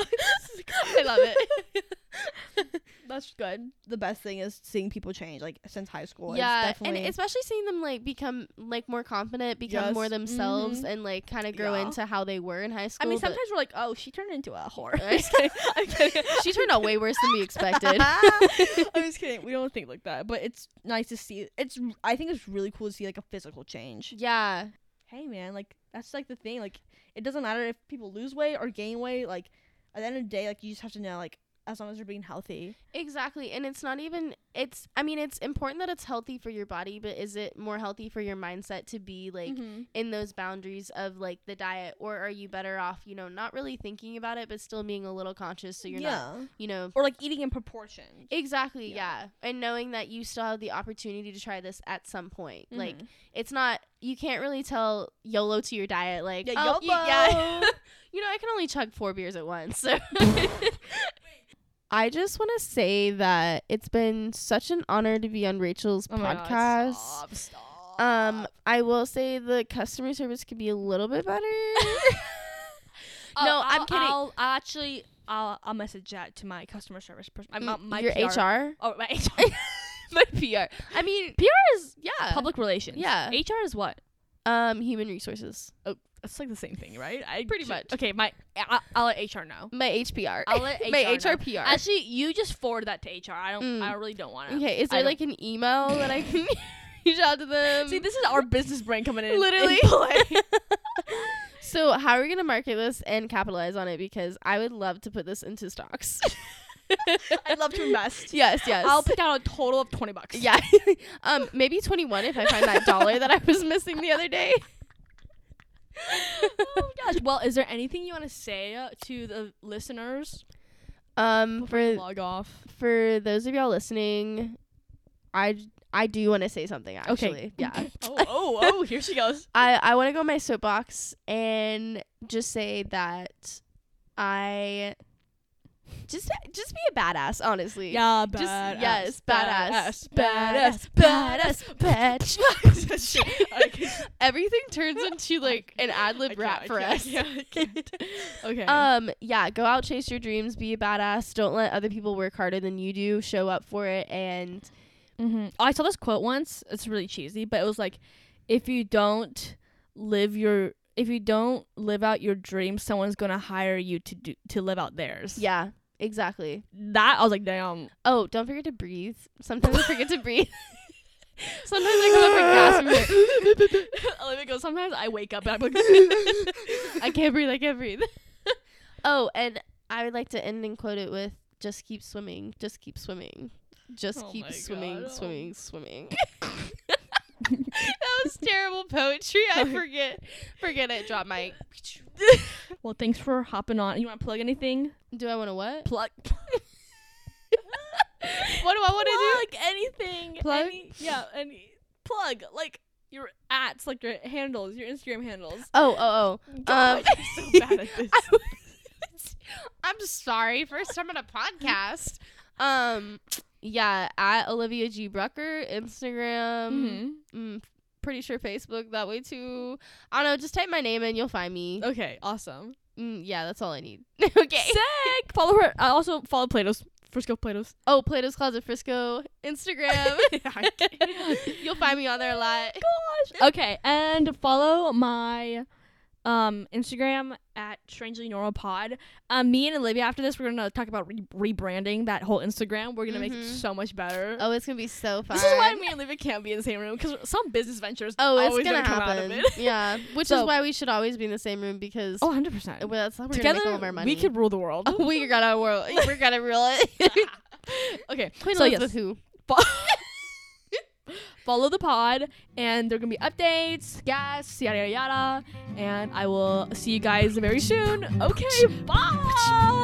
Speaker 2: I love it.
Speaker 1: That's good. The best thing is seeing people change, like since high school. is
Speaker 2: yeah, and
Speaker 1: definitely-
Speaker 2: especially seeing them like become like more confident, become
Speaker 1: Yes.
Speaker 2: more themselves,
Speaker 1: Mhm.
Speaker 2: and like kind of grow
Speaker 1: Yeah.
Speaker 2: into how they were in high
Speaker 1: I
Speaker 2: school.
Speaker 1: mean,
Speaker 2: but-
Speaker 1: sometimes we're like, oh, she turned into a whore.
Speaker 2: I'm just kidding.
Speaker 1: I'm kidding.
Speaker 2: she turned out way worse than we expected.
Speaker 1: I'm just kidding. We don't think like that, but it's nice to see. It's I think it's really cool to see like a physical change.
Speaker 2: yeah.
Speaker 1: hey man, like that's like the thing. Like it doesn't matter if people lose weight or gain weight. Like at the end of the day, like you just have to know like as long as you're being healthy.
Speaker 2: Exactly. And it's not even it's I mean it's important that it's healthy for your body, but is it more healthy for your mindset to be like in those boundaries of like the diet or are you better off, you know, not really thinking about it but still being a little conscious so you're not, you know,
Speaker 1: or like eating in proportion.
Speaker 2: Exactly, yeah.
Speaker 1: Yeah.
Speaker 2: And knowing that you still have the opportunity to try this at some point. Like
Speaker 1: Mm-hmm.
Speaker 2: it's not you can't really tell YOLO to your diet like
Speaker 1: Yeah,
Speaker 2: oh, you- yeah. you know, I can only chug four beers at once. So I just want to say that it's been such an honor to be on Rachel's podcast.
Speaker 1: Oh stop, stop.
Speaker 2: Um, I will say the customer service could be a little bit better. no, I'm kidding.
Speaker 1: I'll, I'll actually I'll, I'll message that to my customer service person. I'm not my
Speaker 2: your
Speaker 1: PR.
Speaker 2: HR,
Speaker 1: Oh, my HR.
Speaker 2: my PR. I mean, PR is yeah,
Speaker 1: Public relations.
Speaker 2: Yeah.
Speaker 1: HR is what?
Speaker 2: um, human resources.
Speaker 1: Oh, that's like the same thing, right? I
Speaker 2: Pretty
Speaker 1: ju-
Speaker 2: much.
Speaker 1: Okay, my I, I'll let HR know.
Speaker 2: My HPR.
Speaker 1: I'll let HR.
Speaker 2: My
Speaker 1: know.
Speaker 2: HRPR.
Speaker 1: Actually, you just forward that to HR. I don't.
Speaker 2: Mm.
Speaker 1: I really don't want to.
Speaker 2: okay, is
Speaker 1: I
Speaker 2: there
Speaker 1: don't-
Speaker 2: like an email that I can reach out to them?
Speaker 1: See, this is our business brain coming in. in
Speaker 2: Literally.
Speaker 1: play.
Speaker 2: so how are we gonna market this and capitalize on it? Because I would love to put this into stocks.
Speaker 1: I'd love to invest.
Speaker 2: yes, yes.
Speaker 1: I'll pick out a total of twenty bucks.
Speaker 2: yeah. um, maybe twenty one if I find that dollar that I was missing the other day.
Speaker 1: Oh my gosh. Well, is there anything you want to say uh, to the listeners?
Speaker 2: Um,
Speaker 1: before you
Speaker 2: for
Speaker 1: log off.
Speaker 2: for those of y'all listening, I j- I do want to say something actually. Yeah.
Speaker 1: Oh, oh, oh! Here she goes.
Speaker 2: I I want to go on my soapbox and just say that I just just be a badass, honestly.
Speaker 1: Yeah,
Speaker 2: Just yes, badass,
Speaker 1: badass,
Speaker 2: badass, badass, bitch.
Speaker 1: Okay.
Speaker 2: Everything turns into like an ad
Speaker 1: I
Speaker 2: lib
Speaker 1: can't,
Speaker 2: rap
Speaker 1: I
Speaker 2: for
Speaker 1: can't, I
Speaker 2: us.
Speaker 1: can't, I can't. Okay.
Speaker 2: Um, yeah, go out, chase your dreams, be a badass. Don't let other people work harder than you do. Show up for it, and
Speaker 1: Mhm. I saw this quote once. It's really cheesy, but it was like, if you don't live your if you don't live out your dreams, someone's gonna hire you to do to live out theirs.
Speaker 2: yeah, exactly.
Speaker 1: That I was like, damn.
Speaker 2: Oh, don't forget to breathe. Sometimes I forget to breathe. Sometimes I come up with gas. and I'm like,
Speaker 1: Olivia goes. Sometimes I wake up and I'm like,
Speaker 2: I can't breathe. I can't breathe. oh, and I would like to end and quote it with just keep swimming, just keep swimming, just
Speaker 1: Oh my
Speaker 2: keep swimming,
Speaker 1: God.
Speaker 2: swimming, swimming. that was terrible poetry. I forget, forget it. Drop mic.
Speaker 1: well, thanks for hopping on. You want to plug anything?
Speaker 2: Do I want to what?
Speaker 1: Plug.
Speaker 2: What do I want to do?
Speaker 1: Plug anything.
Speaker 2: Plug?
Speaker 1: Any, yeah, any plug like your ads, like your handles, your Instagram handles.
Speaker 2: Oh, oh, oh.
Speaker 1: God,
Speaker 2: um,
Speaker 1: I'm so bad at this.
Speaker 2: I'm sorry. First time on a podcast. Um, yeah, at Olivia G Brucker, Instagram,
Speaker 1: Mhm.
Speaker 2: mm, pretty sure Facebook that way too. I don't know. Just type my name and you'll find me.
Speaker 1: Okay, awesome.
Speaker 2: Mm, yeah, that's all I need. okay.
Speaker 1: Sick. Follow her. I also follow Plato's Frisco Plato's.
Speaker 2: Oh, Plato's Closet Frisco Instagram.
Speaker 1: I can't.
Speaker 2: you'll find me on there a lot.
Speaker 1: Gosh. Okay, and follow my um Instagram at strangely normal pod. Um, me and Olivia after this, we're gonna talk about re- rebranding that whole Instagram. We're gonna make it
Speaker 2: Mhm.
Speaker 1: so much better.
Speaker 2: Oh, it's gonna be so fun.
Speaker 1: This is why me and Olivia can't be in the same room because some business ventures
Speaker 2: Oh, it's
Speaker 1: always
Speaker 2: gonna,
Speaker 1: come out of
Speaker 2: happen.
Speaker 1: it.
Speaker 2: yeah, which
Speaker 1: So-
Speaker 2: is why we should always be in the same room because
Speaker 1: Oh, 100 percent.
Speaker 2: well, that's how we're
Speaker 1: Together,
Speaker 2: gonna make all of our money.
Speaker 1: we could rule the world.
Speaker 2: Oh, we got our world. We're gonna reel it.
Speaker 1: okay,
Speaker 2: Queen
Speaker 1: so yes,
Speaker 2: Elizabeth who?
Speaker 1: fo- follow the pod, and there are gonna be updates, guests, yada yada yada, and I will see you guys very soon. Okay, bye.